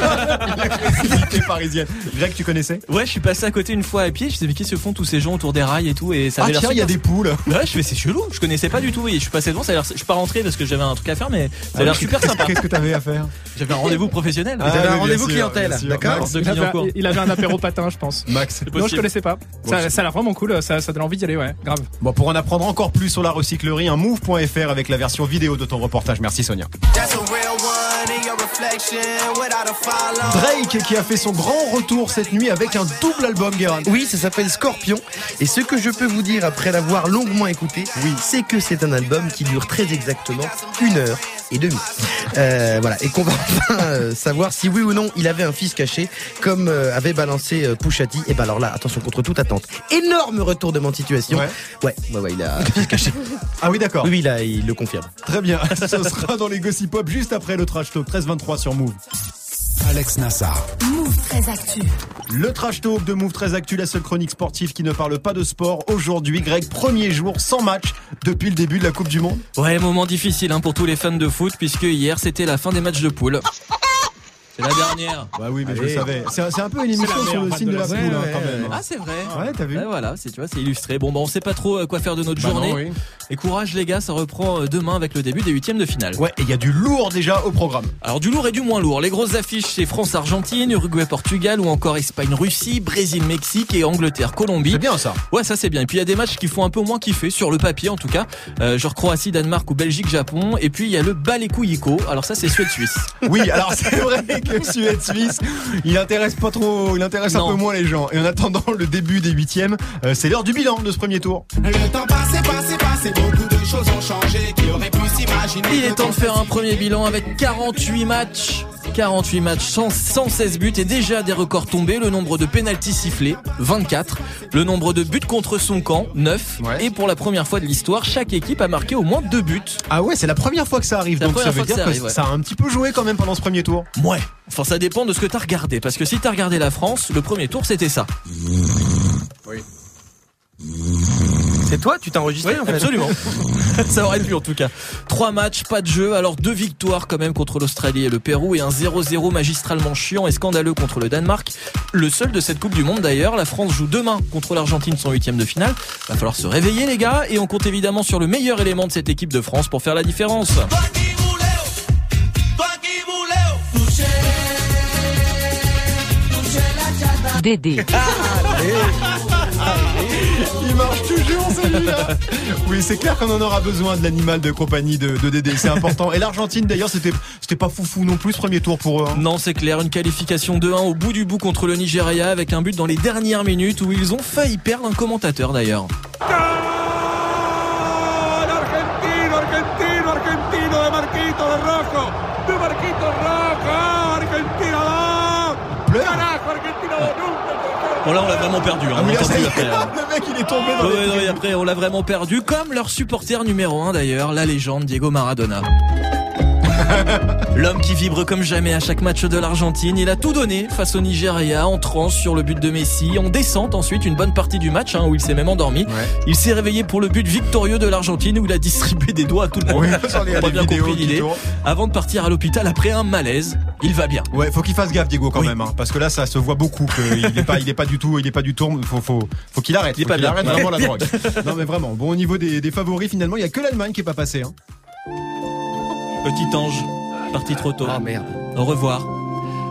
[SPEAKER 1] Ah, Cité parisienne. Greg, tu connaissais
[SPEAKER 6] Ouais, je suis passé à côté une fois à pied, je sais mais qu'est-ce que font tous ces gens autour des rails et tout et ça
[SPEAKER 1] Ah
[SPEAKER 6] avait l'air
[SPEAKER 1] tiens, il y a
[SPEAKER 6] super-
[SPEAKER 1] des poules.
[SPEAKER 6] Ouais, je fais c'est chelou, je connaissais pas du tout et je suis passé devant, ça a l'air je suis pas rentré parce que j'avais un truc à faire mais ça
[SPEAKER 1] Ah
[SPEAKER 6] a l'air super sympa.
[SPEAKER 1] Qu'est-ce que t'avais à faire
[SPEAKER 6] J'avais un rendez-vous professionnel.
[SPEAKER 1] Ah,
[SPEAKER 5] T'avais
[SPEAKER 1] oui,
[SPEAKER 5] un
[SPEAKER 1] bien
[SPEAKER 5] rendez-vous
[SPEAKER 1] sûr,
[SPEAKER 5] clientèle,
[SPEAKER 1] bien sûr.
[SPEAKER 5] d'accord
[SPEAKER 1] Max,
[SPEAKER 6] de
[SPEAKER 4] Il avait,
[SPEAKER 6] Clignancourt.
[SPEAKER 4] un, il avait un apéro patin, je pense.
[SPEAKER 1] Max.
[SPEAKER 4] Non, je
[SPEAKER 6] possible.
[SPEAKER 4] connaissais pas.
[SPEAKER 1] c'est-
[SPEAKER 4] Ça, ça a l'air vraiment cool. Ça, ça donne envie d'y aller, ouais. Grave.
[SPEAKER 1] Bon, pour en apprendre encore plus sur la recyclerie, un move.fr avec la version vidéo de ton reportage. Merci Sonia.
[SPEAKER 12] That's a real one in your reflection without a follow.
[SPEAKER 1] Drake qui a fait son grand retour cette nuit avec un double album, Guérin.
[SPEAKER 5] Oui, ça s'appelle Scorpion. Et ce que je peux vous dire après l'avoir longuement écouté, oui, c'est que c'est un album qui dure très exactement une heure et demie. Euh, voilà. Et qu'on va enfin euh, savoir si oui ou non il avait un fils caché, comme euh, avait balancé euh, Pouchati. Et ben alors là, attention contre toute attente. Énorme retournement de situation.
[SPEAKER 1] Ouais.
[SPEAKER 5] ouais, ouais, ouais, il a un fils caché.
[SPEAKER 1] Ah oui, d'accord.
[SPEAKER 5] Oui, oui, là, il le confirme.
[SPEAKER 1] Très bien. Ça sera dans les Gossip Hop juste après le Trash Talk 13-23 sur Move.
[SPEAKER 3] Alex Nassar.
[SPEAKER 2] Move très actu.
[SPEAKER 1] Le Trash Talk de Move 13 Actu, la seule chronique sportive qui ne parle pas de sport. Aujourd'hui, Greg, premier jour sans match depuis le début de la Coupe du Monde.
[SPEAKER 6] Ouais, moment difficile hein, pour tous les fans de foot puisque hier c'était la fin des matchs de poule. C'est la dernière.
[SPEAKER 1] Bah oui, mais
[SPEAKER 5] Allez.
[SPEAKER 1] je le savais. C'est un- c'est un peu une émission
[SPEAKER 4] C'est la
[SPEAKER 1] sur le
[SPEAKER 4] merde,
[SPEAKER 1] signe de la
[SPEAKER 4] de
[SPEAKER 1] poule,
[SPEAKER 4] la-
[SPEAKER 1] hein,
[SPEAKER 5] ouais,
[SPEAKER 1] quand
[SPEAKER 5] ouais,
[SPEAKER 1] même.
[SPEAKER 6] Ah, c'est vrai.
[SPEAKER 1] Ouais, t'as vu
[SPEAKER 6] Ouais, voilà, c'est tu vois, c'est illustré. Bon, bah, on sait pas trop euh, quoi faire de notre
[SPEAKER 1] Bah
[SPEAKER 6] journée. Et courage les gars, ça reprend euh, demain avec le début des huitièmes de finale.
[SPEAKER 1] Ouais, et il y a du lourd déjà au programme.
[SPEAKER 6] Alors du lourd et du moins lourd. Les grosses affiches, c'est France-Argentine, Uruguay-Portugal ou encore Espagne-Russie, Brésil-Mexique et Angleterre-Colombie.
[SPEAKER 1] C'est bien ça.
[SPEAKER 6] Ouais, ça c'est bien. Et puis il y a des matchs qui font un peu moins kiffer, sur le papier en tout cas. Euh, genre Croatie-Danemark ou Belgique-Japon. Et puis il y a le Balécouillico. Alors ça c'est Suède-Suisse.
[SPEAKER 1] Oui, alors c'est vrai que le Suède Suisse, il intéresse pas trop, il intéresse un
[SPEAKER 6] Non.
[SPEAKER 1] peu moins les gens. Et en attendant le début des huitièmes, euh, c'est l'heure du bilan de ce premier tour.
[SPEAKER 12] Le temps passé, passé, passé, beaucoup de choses ont changé. Qui aurait pu s'imaginer
[SPEAKER 6] Il est
[SPEAKER 12] que
[SPEAKER 6] temps de
[SPEAKER 12] quand
[SPEAKER 6] faire un
[SPEAKER 12] c'est
[SPEAKER 6] premier bilan avec 48 matchs. 48 matchs, 100 116 buts et déjà des records tombés. Le nombre de pénalties sifflés, 24. Le nombre de buts contre son camp, 9. Et pour la première fois de l'histoire, chaque équipe a marqué au moins 2 buts.
[SPEAKER 1] Ah ouais, c'est la première fois que ça arrive.
[SPEAKER 6] C'est la
[SPEAKER 1] Donc ça
[SPEAKER 6] première fois
[SPEAKER 1] veut
[SPEAKER 6] que
[SPEAKER 1] dire
[SPEAKER 6] ça
[SPEAKER 1] que
[SPEAKER 6] arrive, ouais.
[SPEAKER 1] ça a un petit peu joué quand même pendant ce premier tour.
[SPEAKER 6] Ouais. Enfin, ça dépend de ce que t'as regardé. Parce que si t'as regardé la France, le premier tour, c'était ça.
[SPEAKER 5] C'est toi, tu t'enregistrais en fait
[SPEAKER 6] Absolument. Ça aurait pu en tout cas. Trois matchs, pas de jeu, alors deux victoires quand même contre l'Australie et le Pérou et un 0-0 magistralement chiant et scandaleux contre le Danemark. Le seul de cette Coupe du Monde d'ailleurs. La France joue demain contre l'Argentine son huitième de finale. Va falloir se réveiller les gars et on compte évidemment sur le meilleur élément de cette équipe de France pour faire la différence.
[SPEAKER 1] Dédé. Il marche toujours celui-là. Oui, c'est clair qu'on en aura besoin de l'animal de compagnie de, de Dédé, c'est important. Et l'Argentine d'ailleurs, c'était c'était pas foufou non plus ce premier tour pour eux. hein.
[SPEAKER 6] Non, c'est clair, une qualification 2-1 au bout du bout contre le Nigeria avec un but dans les dernières minutes où ils ont failli perdre un commentateur d'ailleurs.
[SPEAKER 13] Argentino, argentino, argentino de Marquito de Rojo. De Marquito Rojo. Argentina, no. Carajo, Argentina, nunca.
[SPEAKER 6] Bon là on l'a vraiment perdu, hein,
[SPEAKER 1] Ah
[SPEAKER 6] on
[SPEAKER 1] oui, là,
[SPEAKER 6] l'entend
[SPEAKER 1] ça y
[SPEAKER 6] plus après,
[SPEAKER 1] est,
[SPEAKER 6] hein.
[SPEAKER 1] Le mec, il est tombé dans
[SPEAKER 6] Ouais,
[SPEAKER 1] les
[SPEAKER 6] ouais, ouais, après, on l'a vraiment perdu, comme leur supporter numéro 1 d'ailleurs, la légende Diego Maradona. L'homme qui vibre comme jamais à chaque match de l'Argentine, il a tout donné face au Nigeria, en transe sur le but de Messi, en descente ensuite une bonne partie du match hein, où il s'est même endormi. Il s'est réveillé pour le but victorieux de l'Argentine où il a distribué des doigts à tout le monde.
[SPEAKER 1] Oui, sur les-
[SPEAKER 6] On a
[SPEAKER 1] les
[SPEAKER 6] bien
[SPEAKER 1] vidéos
[SPEAKER 6] compris
[SPEAKER 1] qui
[SPEAKER 6] l'idée.
[SPEAKER 1] tournent.
[SPEAKER 6] Avant de partir à l'hôpital après un malaise, il va bien.
[SPEAKER 1] Ouais, faut qu'il fasse gaffe, Diego, quand même, hein, parce que là, ça se voit beaucoup qu'il est pas, il est pas du tout, il est pas du tout. Faut, faut, faut qu'il arrête.
[SPEAKER 6] Il est
[SPEAKER 1] faut
[SPEAKER 6] pas
[SPEAKER 1] qu'il
[SPEAKER 6] bien.
[SPEAKER 1] arrête
[SPEAKER 6] Ouais.
[SPEAKER 1] vraiment la drogue. Non, mais vraiment. Bon, au niveau des, des favoris, finalement, il y a que l'Allemagne qui est pas passée. Hein.
[SPEAKER 6] Petit ange, parti trop
[SPEAKER 1] Ah,
[SPEAKER 6] tôt. merde. Ah, Au revoir.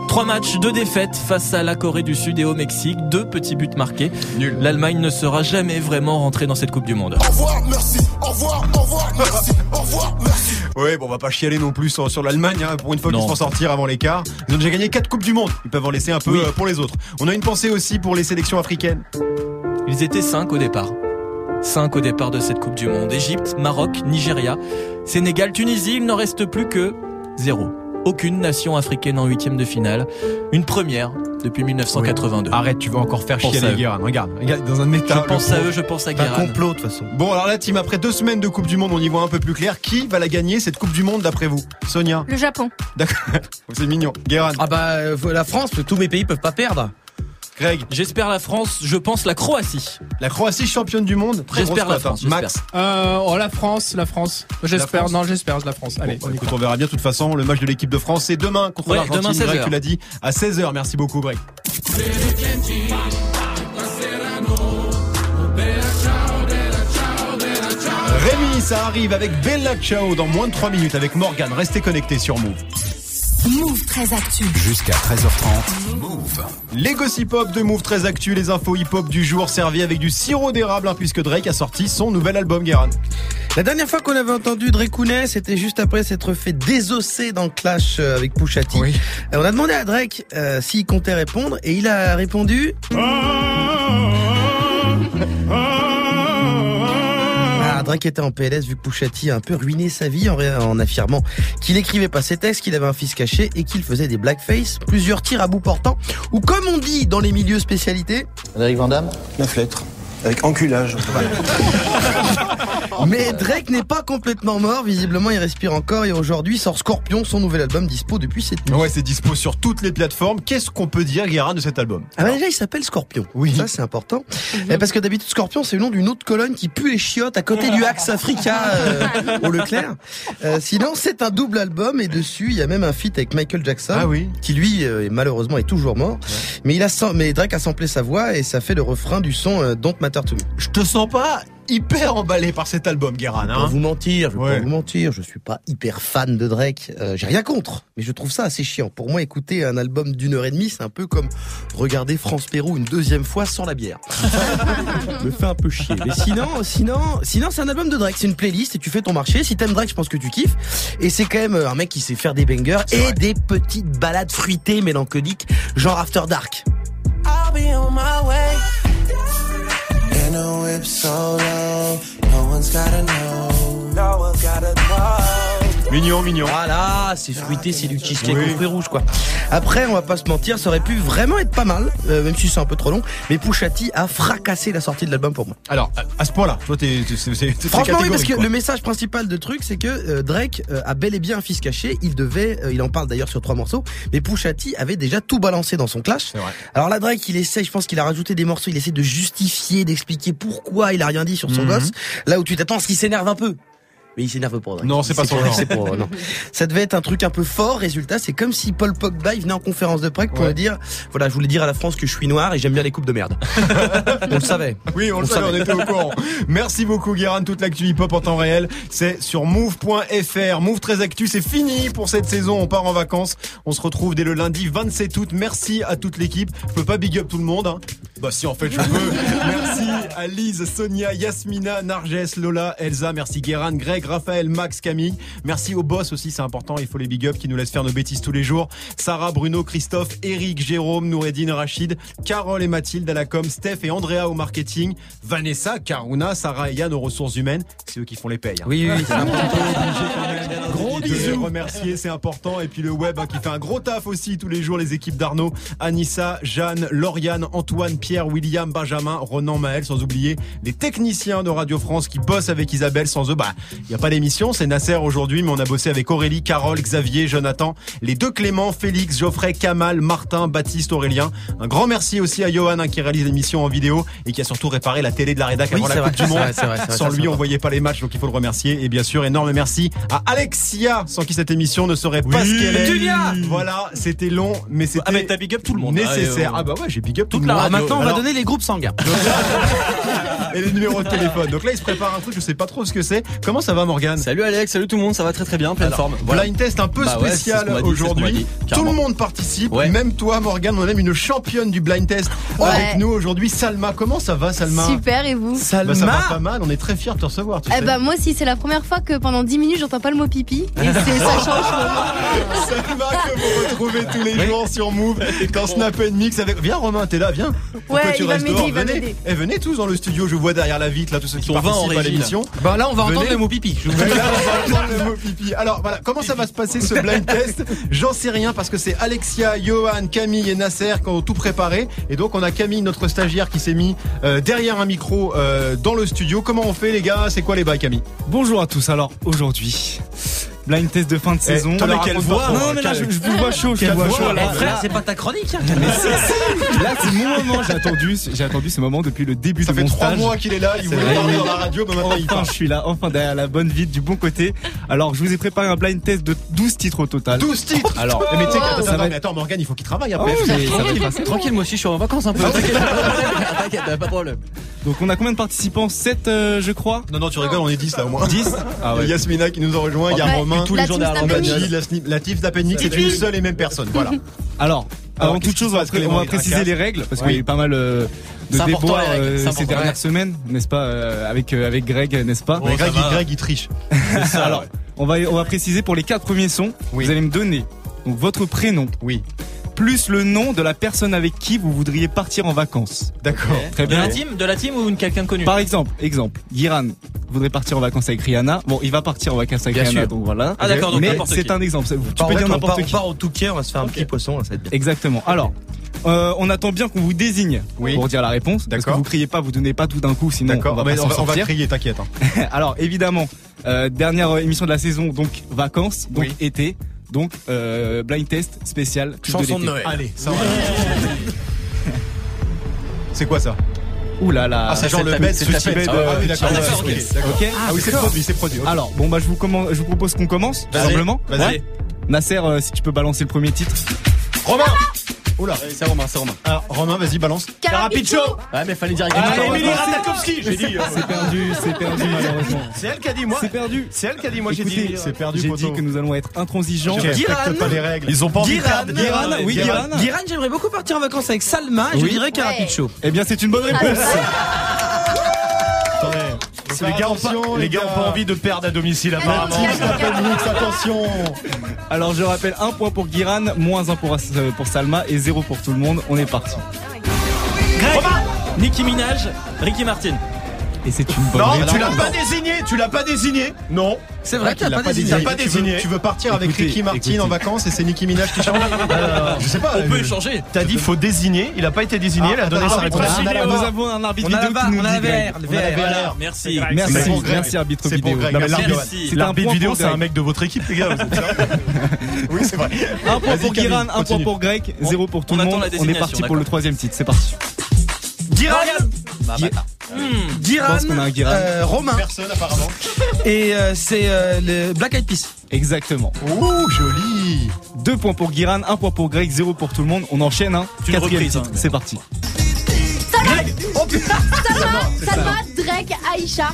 [SPEAKER 6] Trois matchs, deux défaites face à la Corée du Sud et au Mexique, deux petits buts marqués. Nul. L'Allemagne ne sera jamais vraiment rentrée dans cette Coupe du Monde.
[SPEAKER 12] Au revoir, merci. Au revoir, au revoir, merci. Au revoir, merci.
[SPEAKER 1] Ouais, bon, on va pas chialer non plus sur, sur l'Allemagne. hein, pour une fois qu'ils se font sortir avant l'écart, ils ont déjà gagné quatre coupes du monde. Ils peuvent en laisser un peu euh, pour les autres. On a une pensée aussi pour les sélections africaines.
[SPEAKER 6] Ils étaient cinq au départ. Cinq au départ de cette Coupe du Monde. Égypte, Maroc, Nigeria, Sénégal, Tunisie, il n'en reste plus que zéro. Aucune nation africaine en huitième de finale. Une première depuis 1982.
[SPEAKER 1] Arrête, tu vas encore faire
[SPEAKER 6] Pense
[SPEAKER 1] chier
[SPEAKER 6] à
[SPEAKER 1] les
[SPEAKER 6] eux.
[SPEAKER 1] Guérin. Regarde, regarde, dans un état.
[SPEAKER 6] Je pense
[SPEAKER 1] le
[SPEAKER 6] à
[SPEAKER 1] pauvre.
[SPEAKER 6] eux, je pense à
[SPEAKER 1] C'est un
[SPEAKER 6] Guérin.
[SPEAKER 1] complot,
[SPEAKER 5] de toute façon.
[SPEAKER 1] Bon, alors là, team, après deux semaines de Coupe du Monde, on y voit un peu plus clair. Qui va la gagner, cette Coupe du Monde, d'après vous Sonia
[SPEAKER 10] Le Japon.
[SPEAKER 1] D'accord. C'est mignon. Guérin.
[SPEAKER 5] Ah bah euh, la France, tous mes pays peuvent pas perdre.
[SPEAKER 1] Greg.
[SPEAKER 6] J'espère la France, je pense la Croatie.
[SPEAKER 1] La Croatie championne du monde. Très
[SPEAKER 6] J'espère
[SPEAKER 1] grosse
[SPEAKER 6] la
[SPEAKER 1] cote,
[SPEAKER 6] France,
[SPEAKER 1] hein. Max.
[SPEAKER 6] j'espère.
[SPEAKER 4] Euh, oh, la France, la France. J'espère, non, j'espère, la France. Allez,
[SPEAKER 1] Bon, bah,
[SPEAKER 14] bah,
[SPEAKER 1] écoute, on verra bien de toute façon. Le match de l'équipe de France, c'est demain contre
[SPEAKER 4] Ouais,
[SPEAKER 1] l'Argentine.
[SPEAKER 4] demain, 16
[SPEAKER 1] Greg,
[SPEAKER 4] heures.
[SPEAKER 1] tu l'as dit, à 16h. Merci beaucoup, Greg. Rémi, ça arrive avec Bella Ciao dans moins de 3 minutes avec Morgan. Restez connectés sur Move.
[SPEAKER 2] Move très actu.
[SPEAKER 3] Jusqu'à 13h30. Move.
[SPEAKER 1] Les gossip hop de Move très actu, les infos hip hop du jour servis avec du sirop d'érable hein, puisque Drake a sorti son nouvel album Guérin.
[SPEAKER 5] La dernière fois qu'on avait entendu Drakeunet, c'était juste après s'être fait désosser dans le clash euh, avec Pusha T. Euh, On a demandé à Drake euh, s'il comptait répondre et il a répondu. Ah, Drake était en PLS vu que Pusha T a un peu ruiné sa vie en, ré- en affirmant qu'il écrivait pas ses textes, qu'il avait un fils caché et qu'il faisait des blackface, plusieurs tirs à bout portant, ou comme on dit dans les milieux spécialités,
[SPEAKER 15] Frédéric Vandamme 9 lettres. Avec enculage.
[SPEAKER 5] Mais Drake n'est pas complètement mort, visiblement il respire encore et aujourd'hui sort Scorpion, son nouvel album dispo depuis cette nuit.
[SPEAKER 1] Ouais, c'est dispo sur toutes les plateformes. Qu'est-ce qu'on peut dire Guérin de cet album
[SPEAKER 5] Ah bah déjà il s'appelle Scorpion, oui. ça c'est important. Eh, Parce que d'habitude Scorpion c'est le nom d'une autre colonne qui pue les chiottes à côté du Axe Africa euh, au Leclerc. Euh, sinon c'est un double album et dessus il y a même un feat avec Michael Jackson
[SPEAKER 1] Ah oui.
[SPEAKER 5] qui lui euh, est- malheureusement est toujours mort. Mais, il a, sam- mais Drake a samplé sa voix et ça fait le refrain du son euh, Don't Matter to Me.
[SPEAKER 1] Je te sens pas hyper emballé par cet album Guérin.
[SPEAKER 5] Pour
[SPEAKER 1] Hein
[SPEAKER 5] vous mentir, je vais
[SPEAKER 1] Ouais.
[SPEAKER 5] pas vous mentir, je suis pas hyper fan de Drake. Euh, J'ai rien contre, mais je trouve ça assez chiant. Pour moi, écouter un album d'une heure et demie, c'est un peu comme regarder France Pérou une deuxième fois sans la bière. me fait un peu chier. Mais sinon, sinon, sinon, c'est un album de Drake. C'est une playlist et tu fais ton marché. Si t'aimes Drake, je pense que tu kiffes. Et c'est quand même euh, un mec qui sait faire des bangers et des petites balades fruitées, mélancoliques, genre After Dark.
[SPEAKER 12] I'll be on my way.
[SPEAKER 15] In a whip solo, no one's gotta know.
[SPEAKER 12] No one's gotta know.
[SPEAKER 1] Mignon, mignon.
[SPEAKER 5] Voilà, Ah c'est fruité, c'est du cheesecake au fruit rouge, quoi. Après, on va pas se mentir, ça aurait pu vraiment être pas mal, euh, même si c'est un peu trop long. Mais Pouchati a fracassé la sortie de l'album pour moi.
[SPEAKER 1] Alors, à- à ce point-là, toi, t'es. t'es- c'est- c'est- c'est
[SPEAKER 5] Franchement, oui, parce
[SPEAKER 1] catégorique,
[SPEAKER 5] que
[SPEAKER 1] quoi.
[SPEAKER 5] le message principal de truc, c'est que euh, Drake euh, a bel et bien un fils caché. Il devait, euh, il en parle d'ailleurs sur trois morceaux, mais Pouchati avait déjà tout balancé dans son clash. Alors là, Drake, il essaie, je pense qu'il a rajouté des morceaux, il essaie de justifier, d'expliquer pourquoi il a rien dit sur son
[SPEAKER 1] Mhm.
[SPEAKER 5] gosse. Là où tu t'attends à ce qu'il s'énerve un peu. Mais il s'énerve pas. Drake.
[SPEAKER 1] Non, c'est pas son
[SPEAKER 5] pour-
[SPEAKER 1] genre.
[SPEAKER 5] c'est pour- euh, non. Ça devait être un truc un peu fort. Résultat, c'est comme si Paul Pogba il venait en conférence de presse pour
[SPEAKER 1] Ouais.
[SPEAKER 5] dire, voilà, je voulais dire à la France que je suis noir et j'aime bien les coupes de merde. on le savait.
[SPEAKER 1] Oui, on, le savait, on était au courant. Merci beaucoup, Guérin. Toute l'actu hip-hop en temps réel, c'est sur move.fr. Move 13 Actu, c'est fini pour cette saison. On part en vacances. On se retrouve dès le lundi 27 août. Merci à toute l'équipe. Je peux pas big up tout le monde. hein. Bah, si, en fait, je peux. Merci à Lise, Sonia, Yasmina, Narges, Lola, Elsa. Merci, Guérin, Greg, Raphaël, Max, Camille. Merci aux boss aussi, c'est important. Il faut les big up qui nous laissent faire nos bêtises tous les jours. Sarah, Bruno, Christophe, Eric, Jérôme, Noureddine, Rachid, Carole et Mathilde à la com, Steph et Andrea au marketing, Vanessa, Karuna, Sarah et Yann aux ressources humaines. C'est eux qui font les payes. hein.
[SPEAKER 5] Oui, oui, c'est important.
[SPEAKER 1] Gros bisous. remercier, c'est important. Et puis le web hein, qui fait un gros taf aussi tous les jours. Les équipes d'Arnaud, Anissa, Jeanne, Lauriane, Antoine, Pierre, William, Benjamin, Ronan, Maël. Sans oublier les techniciens de Radio France qui bossent avec Isabelle. Sans eux, bah, il n'y a pas d'émission. C'est Nasser aujourd'hui, mais on a bossé avec Aurélie, Carole, Xavier, Jonathan, les deux Clément, Félix, Geoffrey, Kamal, Martin, Baptiste, Aurélien. Un grand merci aussi à Johan hein, qui réalise l'émission en vidéo et qui a surtout réparé la télé de la rédac
[SPEAKER 5] Oui,
[SPEAKER 1] avant la
[SPEAKER 5] c'est vrai,
[SPEAKER 1] Coupe du
[SPEAKER 5] c'est
[SPEAKER 1] Monde.
[SPEAKER 5] vrai, c'est vrai, c'est vrai,
[SPEAKER 1] Sans
[SPEAKER 5] ça,
[SPEAKER 1] lui,
[SPEAKER 5] c'est
[SPEAKER 1] on voyait pas les matchs, donc il faut le remercier. Et bien sûr, énorme merci à Alexia, sans qui cette émission ne serait pas
[SPEAKER 6] Oui.
[SPEAKER 1] ce qu'elle est.
[SPEAKER 6] Julia
[SPEAKER 1] Voilà, c'était long, mais c'était. Ah,
[SPEAKER 5] bah,
[SPEAKER 1] mais t'as big up tout le
[SPEAKER 6] monde.
[SPEAKER 1] Nécessaire.
[SPEAKER 6] Ah, euh,
[SPEAKER 1] Ah, bah ouais, j'ai big up tout
[SPEAKER 6] toute
[SPEAKER 1] le
[SPEAKER 6] la
[SPEAKER 1] monde.
[SPEAKER 6] radio.
[SPEAKER 5] Maintenant, on va
[SPEAKER 1] Alors-
[SPEAKER 5] donner les groupes sanguins.
[SPEAKER 1] et les numéros de téléphone. Donc là, il se prépare un truc, je sais pas trop ce que c'est. Comment ça va, Morgane
[SPEAKER 6] Salut Alex, salut tout le monde, ça va très très bien, pleine
[SPEAKER 1] Alors,
[SPEAKER 6] forme.
[SPEAKER 1] Blind test un peu
[SPEAKER 6] Bah ouais, c'est ce qu'on
[SPEAKER 1] spécial
[SPEAKER 6] m'a dit, c'est ce qu'on m'a dit,
[SPEAKER 1] aujourd'hui. Tout
[SPEAKER 6] carrément.
[SPEAKER 1] le monde participe,
[SPEAKER 6] Ouais.
[SPEAKER 1] même toi, Morgane. On a même une championne du blind test
[SPEAKER 16] Ouais.
[SPEAKER 1] avec nous aujourd'hui, Salma. Comment ça va, Salma
[SPEAKER 16] Super, et vous
[SPEAKER 1] Bah, ça va pas mal, on est très fiers de te recevoir. tu
[SPEAKER 16] Eh
[SPEAKER 1] sais.
[SPEAKER 16] ben moi aussi, c'est la première fois que pendant 10 minutes, j'entends pas le mot pipi. Et c'est- ça change euh, vraiment.
[SPEAKER 1] Salma que vous retrouvez tous les jours sur Move dans Snap and Mix avec. Viens Romain, t'es là, viens. Pourquoi
[SPEAKER 16] Ouais,
[SPEAKER 1] tu
[SPEAKER 16] il va
[SPEAKER 1] restes
[SPEAKER 16] m'aider,
[SPEAKER 1] dehors
[SPEAKER 16] il va
[SPEAKER 1] Venez.
[SPEAKER 16] m'aider.
[SPEAKER 1] Eh, venez tous dans le studio, je vois derrière la vitre là tous ceux qui
[SPEAKER 6] sont 20 en
[SPEAKER 1] participent à
[SPEAKER 6] régie, là.
[SPEAKER 1] l'émission.
[SPEAKER 5] Bah là, on va
[SPEAKER 1] Venez.
[SPEAKER 5] entendre le mot pipi. je vous-
[SPEAKER 1] Là, on va entendre le mot pipi. Alors voilà, comment ça va se passer ce blind test J'en sais rien parce que c'est Alexia, Johan, Camille et Nasser qui ont tout préparé. Et donc on a Camille, notre stagiaire, qui s'est mis euh, derrière un micro euh, dans le studio. Comment on fait les gars C'est quoi les bails Camille
[SPEAKER 14] Bonjour à tous. Alors aujourd'hui, blind test de fin de saison.
[SPEAKER 1] t'en as
[SPEAKER 14] Alors,
[SPEAKER 1] quelle
[SPEAKER 14] raconte pas
[SPEAKER 1] voix,
[SPEAKER 14] trop,
[SPEAKER 1] hein,
[SPEAKER 14] Non, mais là, je,
[SPEAKER 1] quelle-
[SPEAKER 14] je vous vois chaud. Je
[SPEAKER 1] quelle
[SPEAKER 14] vous vois
[SPEAKER 1] voix,
[SPEAKER 14] chaud.
[SPEAKER 1] là,
[SPEAKER 14] là.
[SPEAKER 5] Eh, Frère, c'est pas ta chronique. hein.
[SPEAKER 14] Mais si, si. Là, c'est mon moment. J'ai attendu, j'ai attendu ce moment depuis le début
[SPEAKER 1] Ça
[SPEAKER 14] de
[SPEAKER 1] fait
[SPEAKER 14] mon stage.
[SPEAKER 1] trois mois qu'il est là, il
[SPEAKER 14] C'est
[SPEAKER 1] voulait
[SPEAKER 14] vrai.
[SPEAKER 1] parler dans la radio, mais maintenant il
[SPEAKER 14] Enfin,
[SPEAKER 1] parle.
[SPEAKER 14] je suis là, enfin derrière la bonne vie, du bon côté. Alors, je vous ai préparé un blind test de 12 titres au total.
[SPEAKER 1] 12 titres
[SPEAKER 14] Alors,
[SPEAKER 1] mais tu sais que- attends,
[SPEAKER 14] ça
[SPEAKER 1] attends,
[SPEAKER 14] va
[SPEAKER 1] mais
[SPEAKER 14] être-
[SPEAKER 1] attends, Morgane, il faut qu'il travaille hein,
[SPEAKER 14] Ah
[SPEAKER 1] après.
[SPEAKER 14] oui,
[SPEAKER 8] Oh,
[SPEAKER 14] mais ça va, il va-
[SPEAKER 6] Tranquille, moi aussi je suis en vacances un peu. T'inquiète, t'inquiète, pas de problème.
[SPEAKER 14] Donc, on a combien de participants 7, je crois.
[SPEAKER 1] Non, non, tu rigoles, on est 10 là au moins.
[SPEAKER 14] 10 Ah ouais.
[SPEAKER 1] Il y a Yasmina qui nous a rejoint, il y a
[SPEAKER 16] Ouais,
[SPEAKER 1] Romain,
[SPEAKER 16] tous les la jours team derrière Snap Romain. and Mix.
[SPEAKER 1] la, snip- la team Snap and Mix, c'est
[SPEAKER 14] Tipeee.
[SPEAKER 1] une seule et même personne. Voilà.
[SPEAKER 14] Alors,
[SPEAKER 1] Alors,
[SPEAKER 14] avant
[SPEAKER 1] qu'est-ce
[SPEAKER 14] toute chose, on va,
[SPEAKER 1] qui se passe, Clément
[SPEAKER 14] on va
[SPEAKER 1] Hydra
[SPEAKER 14] préciser
[SPEAKER 1] Cast
[SPEAKER 14] les règles parce qu'il
[SPEAKER 1] Oui.
[SPEAKER 14] y a eu pas mal euh,
[SPEAKER 1] C'est
[SPEAKER 14] de
[SPEAKER 1] important,
[SPEAKER 14] déboires
[SPEAKER 1] les règles,
[SPEAKER 14] euh,
[SPEAKER 1] c'est
[SPEAKER 14] ces
[SPEAKER 1] important,
[SPEAKER 14] dernières
[SPEAKER 1] ouais.
[SPEAKER 14] semaines, n'est-ce pas, euh, avec euh, avec Greg, euh, n'est-ce pas
[SPEAKER 1] Mais Greg, il, Greg, il triche.
[SPEAKER 14] Alors, on va on va préciser pour les quatre premiers sons, vous allez me donner donc votre prénom.
[SPEAKER 1] Oui.
[SPEAKER 14] Plus le nom de la personne avec qui vous voudriez partir en vacances.
[SPEAKER 1] D'accord.
[SPEAKER 14] Très
[SPEAKER 6] De
[SPEAKER 14] bien.
[SPEAKER 6] la team, de la team ou une quelqu'un de connu
[SPEAKER 14] Par exemple, exemple, Guiran voudrait partir en vacances avec Rihanna. Bon, il va partir en vacances avec
[SPEAKER 6] Bien
[SPEAKER 14] Rihanna,
[SPEAKER 6] sûr.
[SPEAKER 14] donc voilà.
[SPEAKER 6] Ah, d'accord, donc
[SPEAKER 14] Mais
[SPEAKER 6] n'importe
[SPEAKER 14] c'est
[SPEAKER 6] qui.
[SPEAKER 14] un exemple. ça- Tu
[SPEAKER 5] Par
[SPEAKER 14] peux
[SPEAKER 5] contre,
[SPEAKER 14] dire
[SPEAKER 5] bah, on part-
[SPEAKER 14] n'importe
[SPEAKER 5] on
[SPEAKER 14] qui.
[SPEAKER 5] part au touquet, on va se faire un petit poisson, là, ça va être bien.
[SPEAKER 14] Exactement. Alors, euh, on attend bien qu'on vous désigne
[SPEAKER 1] Oui.
[SPEAKER 14] pour dire la réponse. Parce que
[SPEAKER 1] D'accord.
[SPEAKER 14] vous criez pas, vous donnez pas tout d'un coup, sinon on
[SPEAKER 1] D'accord, Ah,
[SPEAKER 14] va
[SPEAKER 1] mais
[SPEAKER 14] pas
[SPEAKER 1] on
[SPEAKER 14] s'en
[SPEAKER 1] va, on va
[SPEAKER 14] sortir.
[SPEAKER 1] crier, t'inquiète. hein.
[SPEAKER 14] Alors évidemment, euh, dernière euh, émission de la saison, donc vacances, donc
[SPEAKER 1] Oui.
[SPEAKER 14] été, donc euh, blind test spécial clip
[SPEAKER 5] Chanson de
[SPEAKER 14] l'été.
[SPEAKER 5] Noël.
[SPEAKER 1] Allez, ça va. C'est quoi ça
[SPEAKER 14] Ouh là là.
[SPEAKER 1] Ah, c'est genre le bed,
[SPEAKER 14] c'est
[SPEAKER 1] c'est
[SPEAKER 14] le petit
[SPEAKER 1] tapis.
[SPEAKER 14] bed,
[SPEAKER 1] Ah,
[SPEAKER 14] euh,
[SPEAKER 1] oui, d'accord.
[SPEAKER 14] petit
[SPEAKER 1] ouais,
[SPEAKER 14] bed.
[SPEAKER 1] ok, d'accord.
[SPEAKER 14] Ok.
[SPEAKER 1] Ah oui, c'est
[SPEAKER 14] D'accord.
[SPEAKER 1] produit, c'est produit. ok.
[SPEAKER 14] Alors bon bah je vous commen- je vous propose qu'on commence tout
[SPEAKER 1] Vas-y.
[SPEAKER 14] simplement.
[SPEAKER 1] Vas-y.
[SPEAKER 14] Ouais. Nasser, euh, si tu peux balancer le premier titre.
[SPEAKER 1] Romain Oula.
[SPEAKER 6] C'est Romain, c'est Romain.
[SPEAKER 1] Ah, Romain, vas-y, balance.
[SPEAKER 6] Carapicho Ouais, mais fallait dire
[SPEAKER 5] Ah,
[SPEAKER 6] hein.
[SPEAKER 14] Allez,
[SPEAKER 6] Romain.
[SPEAKER 14] Emily
[SPEAKER 6] Ratajkowski, j'ai dit.
[SPEAKER 14] C'est perdu, c'est perdu malheureusement.
[SPEAKER 8] C'est elle qui a dit moi.
[SPEAKER 14] C'est perdu.
[SPEAKER 8] C'est elle qui a dit moi, j'ai
[SPEAKER 14] Écoutez,
[SPEAKER 8] dit.
[SPEAKER 1] C'est perdu,
[SPEAKER 14] J'ai
[SPEAKER 1] poteau.
[SPEAKER 14] dit que nous allons être intransigeants.
[SPEAKER 1] Je respecte
[SPEAKER 5] Guiran.
[SPEAKER 1] pas les règles.
[SPEAKER 6] Ils ont pas envie de
[SPEAKER 5] Guiran,
[SPEAKER 6] perdre.
[SPEAKER 14] Guiran, oui Guiran.
[SPEAKER 5] Guiran, j'aimerais beaucoup partir en vacances avec Salma et je
[SPEAKER 14] Oui.
[SPEAKER 5] dirais Carapicho.
[SPEAKER 14] Eh bien c'est une bonne
[SPEAKER 11] Ah,
[SPEAKER 14] réponse.
[SPEAKER 1] Attendez.
[SPEAKER 8] Les gars, ont
[SPEAKER 1] Attention,
[SPEAKER 8] pas, les gars ont pas envie de perdre à domicile apparemment.
[SPEAKER 1] Petit Snap and Mix, attention.
[SPEAKER 14] Alors je rappelle un point pour Guiran, moins un pour, euh, pour Salma et zéro pour tout le monde. On est parti.
[SPEAKER 6] Greg Nicki Minaj, Ricky Martin.
[SPEAKER 14] Et c'est une bonne
[SPEAKER 8] Non,
[SPEAKER 14] réponse.
[SPEAKER 8] tu l'as pas désigné, tu l'as pas désigné. Non.
[SPEAKER 5] C'est vrai
[SPEAKER 8] qu'il l'a pas désigné.
[SPEAKER 1] Tu veux- Tu veux partir avec
[SPEAKER 8] Écoutez,
[SPEAKER 1] Ricky Martin
[SPEAKER 8] écoutez.
[SPEAKER 1] en vacances et c'est Nicki Minaj qui chante
[SPEAKER 8] Alors,
[SPEAKER 1] Je sais pas. euh,
[SPEAKER 8] on peut Ah,
[SPEAKER 6] Euh,
[SPEAKER 1] je-
[SPEAKER 8] échanger. T'as dit faut désigner, il a pas été désigné, il a donné sa réponse.
[SPEAKER 14] Ah,
[SPEAKER 1] Ah,
[SPEAKER 14] Nous avons un arbitre vidéo qui nous dit Greg.
[SPEAKER 8] On a la VAR.
[SPEAKER 6] Merci.
[SPEAKER 14] Merci,
[SPEAKER 8] C'est pour Greg.
[SPEAKER 14] merci arbitre
[SPEAKER 8] C'est pour
[SPEAKER 14] vidéo.
[SPEAKER 8] Greg.
[SPEAKER 14] Non, mais
[SPEAKER 8] Merci.
[SPEAKER 14] l'arbitre-
[SPEAKER 8] Merci.
[SPEAKER 14] c'est un
[SPEAKER 8] L'arbitre
[SPEAKER 14] point
[SPEAKER 8] vidéo,
[SPEAKER 14] pour
[SPEAKER 8] c'est un
[SPEAKER 14] Greg.
[SPEAKER 8] mec de votre équipe, les gars. vous êtes sérieux oui, c'est vrai.
[SPEAKER 14] Un point pour
[SPEAKER 8] Vas-y, Camille,
[SPEAKER 14] Guiran, un point
[SPEAKER 8] continue.
[SPEAKER 14] pour Greg, zéro pour tout le
[SPEAKER 8] attend
[SPEAKER 14] monde.
[SPEAKER 8] la
[SPEAKER 14] On est
[SPEAKER 8] désignation,
[SPEAKER 14] parti pour
[SPEAKER 8] d'accord.
[SPEAKER 14] le troisième titre, c'est parti.
[SPEAKER 5] Guiran
[SPEAKER 14] Guir-
[SPEAKER 5] Guiran,
[SPEAKER 14] Je pense qu'on a un Guiran.
[SPEAKER 5] euh, Romain.
[SPEAKER 1] Personne apparemment.
[SPEAKER 5] Et euh, c'est euh, le Black Eyed Peas.
[SPEAKER 14] Exactement.
[SPEAKER 1] Ouh, joli
[SPEAKER 14] Deux points pour Guiran, un point pour Greg, zéro pour tout le monde. On enchaîne, hein.
[SPEAKER 6] une
[SPEAKER 14] Quatrième
[SPEAKER 6] reprise,
[SPEAKER 14] titre,
[SPEAKER 6] hein.
[SPEAKER 14] c'est parti.
[SPEAKER 16] Salma,
[SPEAKER 5] Oh putain
[SPEAKER 16] Salma, Salma, Drake, Aïcha,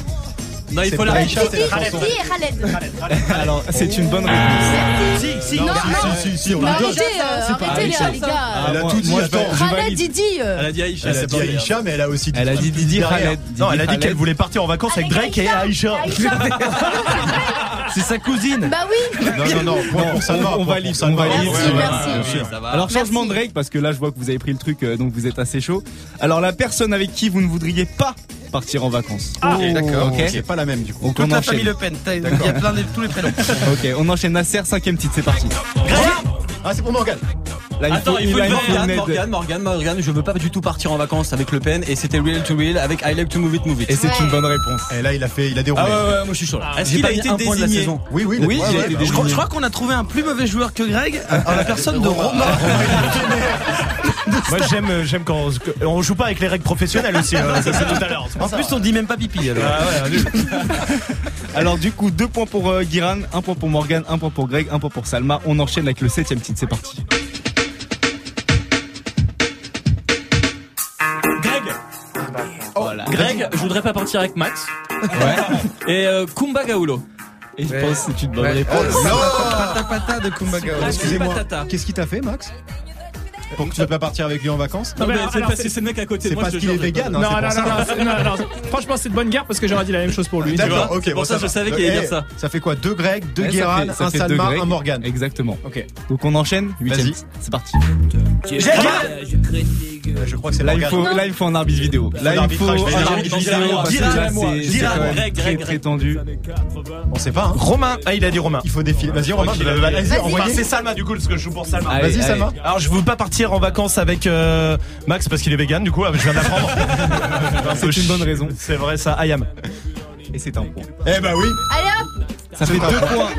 [SPEAKER 6] Non, il faut la
[SPEAKER 14] Aïcha,
[SPEAKER 16] Didi,
[SPEAKER 8] Ah,
[SPEAKER 16] Didi et Khaled.
[SPEAKER 14] Alors, c'est une bonne
[SPEAKER 11] Ah.
[SPEAKER 14] réponse.
[SPEAKER 5] Si,
[SPEAKER 16] Non, non.
[SPEAKER 1] Si, si, si, on
[SPEAKER 16] Bah,
[SPEAKER 1] rigole.
[SPEAKER 16] arrêtez, euh,
[SPEAKER 14] C'est pas
[SPEAKER 16] arrêtez les,
[SPEAKER 14] Aïcha,
[SPEAKER 16] les
[SPEAKER 14] ça.
[SPEAKER 16] gars.
[SPEAKER 8] Ah,
[SPEAKER 1] Elle a
[SPEAKER 14] moi-
[SPEAKER 1] tout dit,
[SPEAKER 14] moi, je
[SPEAKER 1] attends.
[SPEAKER 14] valide.
[SPEAKER 16] Khaled, Didi. euh,
[SPEAKER 6] Elle a dit Aïcha.
[SPEAKER 1] Elle a
[SPEAKER 6] c'est
[SPEAKER 1] dit
[SPEAKER 6] pas bien.
[SPEAKER 1] Aïcha, mais elle a aussi dit.
[SPEAKER 14] Elle a dit Didi
[SPEAKER 1] derrière.
[SPEAKER 14] Khaled.
[SPEAKER 8] Non, elle a
[SPEAKER 14] Didi
[SPEAKER 8] dit qu'elle
[SPEAKER 14] Khaled.
[SPEAKER 8] voulait partir en
[SPEAKER 14] Ah,
[SPEAKER 8] vacances avec Drake et Aïcha.
[SPEAKER 5] C'est sa cousine.
[SPEAKER 16] Bah oui.
[SPEAKER 1] Non, non, non, point
[SPEAKER 14] Non,
[SPEAKER 1] pour Salma.
[SPEAKER 14] on- on
[SPEAKER 1] point pour
[SPEAKER 14] valide,
[SPEAKER 1] Salma.
[SPEAKER 14] on valide.
[SPEAKER 1] Ouais,
[SPEAKER 16] Merci,
[SPEAKER 1] ouais, ouais,
[SPEAKER 16] merci.
[SPEAKER 1] bien sûr.
[SPEAKER 6] Ça va.
[SPEAKER 14] Alors changement de
[SPEAKER 16] Merci.
[SPEAKER 14] règle parce que là je vois que vous avez pris le truc euh, donc vous êtes assez chaud. Alors la personne avec qui vous ne voudriez pas partir en vacances.
[SPEAKER 1] Oh,
[SPEAKER 5] D'accord.
[SPEAKER 14] ok.
[SPEAKER 1] C'est pas la même du coup.
[SPEAKER 14] Donc
[SPEAKER 5] Toute
[SPEAKER 14] on
[SPEAKER 5] la famille
[SPEAKER 14] enchaîne.
[SPEAKER 5] Le Pen. T'as- Il y a plein de tous les prénoms.
[SPEAKER 14] Ok, on enchaîne la serre, cinquième titre, c'est parti.
[SPEAKER 1] Ah, c'est pour Morgane.
[SPEAKER 14] Là
[SPEAKER 6] Attends, il faut
[SPEAKER 14] là,
[SPEAKER 6] une Morgane,
[SPEAKER 14] aide.
[SPEAKER 6] Morgane, Morgane, Morgane, je veux pas du tout partir en vacances avec Le Pen et c'était Real to Real avec I Like to Move It Move It.
[SPEAKER 14] Et c'est
[SPEAKER 16] Ouais.
[SPEAKER 14] une bonne réponse.
[SPEAKER 1] Et là, il a fait, il a déroulé.
[SPEAKER 6] Ah ouais, ouais, moi je suis chaud là. Est-ce
[SPEAKER 5] J'ai
[SPEAKER 6] qu'il
[SPEAKER 5] pas
[SPEAKER 6] a
[SPEAKER 5] mis
[SPEAKER 6] été
[SPEAKER 5] un point de la
[SPEAKER 6] désigné
[SPEAKER 5] saison.
[SPEAKER 1] Oui, oui,
[SPEAKER 14] Oui,
[SPEAKER 1] ouais,
[SPEAKER 14] j'ai été
[SPEAKER 1] bah,
[SPEAKER 5] Je
[SPEAKER 14] désigné.
[SPEAKER 5] crois, je crois qu'on a trouvé un plus mauvais joueur que Greg euh, en la personne de Romain.
[SPEAKER 8] Moi j'aime j'aime quand on, on joue pas avec les règles professionnelles aussi. hein, ça c'est tout à l'heure. c'est pour
[SPEAKER 5] En
[SPEAKER 8] ça.
[SPEAKER 5] plus, on dit même pas pipi. alors.
[SPEAKER 8] Ah ouais, nul.
[SPEAKER 14] Alors du coup, deux points pour euh, Guiran, un point pour Morgane, un point pour Greg, un point pour Salma. On enchaîne avec le septième titre, c'est parti.
[SPEAKER 6] Greg Oh, Greg, je voudrais pas partir avec Max. Ouais. Et euh, Kumba Gaoulo.
[SPEAKER 14] Et je
[SPEAKER 5] Ouais.
[SPEAKER 14] pense que c'est une bonne
[SPEAKER 5] Ouais.
[SPEAKER 14] réponse.
[SPEAKER 5] Pata pata de
[SPEAKER 6] Ah,
[SPEAKER 5] Kumbagawa.
[SPEAKER 1] Excusez-moi.
[SPEAKER 6] Patata.
[SPEAKER 1] Qu'est-ce qui t'a fait, Max Pour que tu vas pas partir avec lui en vacances
[SPEAKER 4] Non, mais
[SPEAKER 6] c'est
[SPEAKER 4] alors,
[SPEAKER 6] parce que
[SPEAKER 4] c'est-
[SPEAKER 6] c'est le mec à côté de
[SPEAKER 1] C'est
[SPEAKER 6] moi.
[SPEAKER 1] parce
[SPEAKER 6] je te
[SPEAKER 1] qu'il est
[SPEAKER 6] jure, j'ai pas-
[SPEAKER 1] vegan. hein,
[SPEAKER 4] Non,
[SPEAKER 1] c'est
[SPEAKER 4] non,
[SPEAKER 1] pour ça.
[SPEAKER 4] non, non, non, non. Franchement, c'est de bonne guerre parce que j'aurais dit la même chose pour lui.
[SPEAKER 1] D'accord,
[SPEAKER 8] hein.
[SPEAKER 6] vois
[SPEAKER 1] ok.
[SPEAKER 6] C'est pour
[SPEAKER 1] bon,
[SPEAKER 6] ça que je
[SPEAKER 1] va.
[SPEAKER 6] savais qu'il allait
[SPEAKER 1] Eh,
[SPEAKER 6] dire ça.
[SPEAKER 1] Ça fait quoi Deux Greg, deux
[SPEAKER 14] Ouais, ça
[SPEAKER 1] Guéran,
[SPEAKER 14] fait- ça
[SPEAKER 1] un
[SPEAKER 14] fait deux
[SPEAKER 1] Salma,
[SPEAKER 14] Greg.
[SPEAKER 1] un Morgan.
[SPEAKER 14] Exactement.
[SPEAKER 1] Ok.
[SPEAKER 14] Donc on enchaîne. Huitième
[SPEAKER 1] Vas-y.
[SPEAKER 14] titre, c'est parti.
[SPEAKER 1] Je crois que c'est
[SPEAKER 14] Là il
[SPEAKER 1] Morgane.
[SPEAKER 14] faut, là il faut un arbitre vidéo. Là il faut un
[SPEAKER 1] L'arbitrage, je vais dire.
[SPEAKER 14] arbitre
[SPEAKER 6] Dis-la,
[SPEAKER 14] vidéo. parce que
[SPEAKER 6] dis-la,
[SPEAKER 14] là,
[SPEAKER 6] moi,
[SPEAKER 14] c'est- c'est
[SPEAKER 6] dis-la,
[SPEAKER 14] quand même
[SPEAKER 6] Greg,
[SPEAKER 14] très
[SPEAKER 6] Greg,
[SPEAKER 14] très
[SPEAKER 6] Greg.
[SPEAKER 14] tendu.
[SPEAKER 1] On sait pas. hein.
[SPEAKER 8] Romain. Ah il a dit Romain.
[SPEAKER 1] Il faut défiler. Vas-y, Romain.
[SPEAKER 8] Ok,
[SPEAKER 1] vas-y,
[SPEAKER 8] bah,
[SPEAKER 1] vas-y,
[SPEAKER 8] vas-y.
[SPEAKER 1] envoyez.
[SPEAKER 8] Enfin, c'est Salma du coup ce que je joue pour Salma.
[SPEAKER 14] Allez,
[SPEAKER 1] Vas-y,
[SPEAKER 14] allez.
[SPEAKER 1] Salma.
[SPEAKER 8] Alors je veux pas partir en vacances avec euh, Max parce qu'il est vegan du coup ah, je viens d'apprendre.
[SPEAKER 14] C'est une bonne raison.
[SPEAKER 8] C'est vrai ça, I am.
[SPEAKER 14] Et c'est un point.
[SPEAKER 1] Eh bah oui.
[SPEAKER 16] Allez hop.
[SPEAKER 14] Ça fait deux points.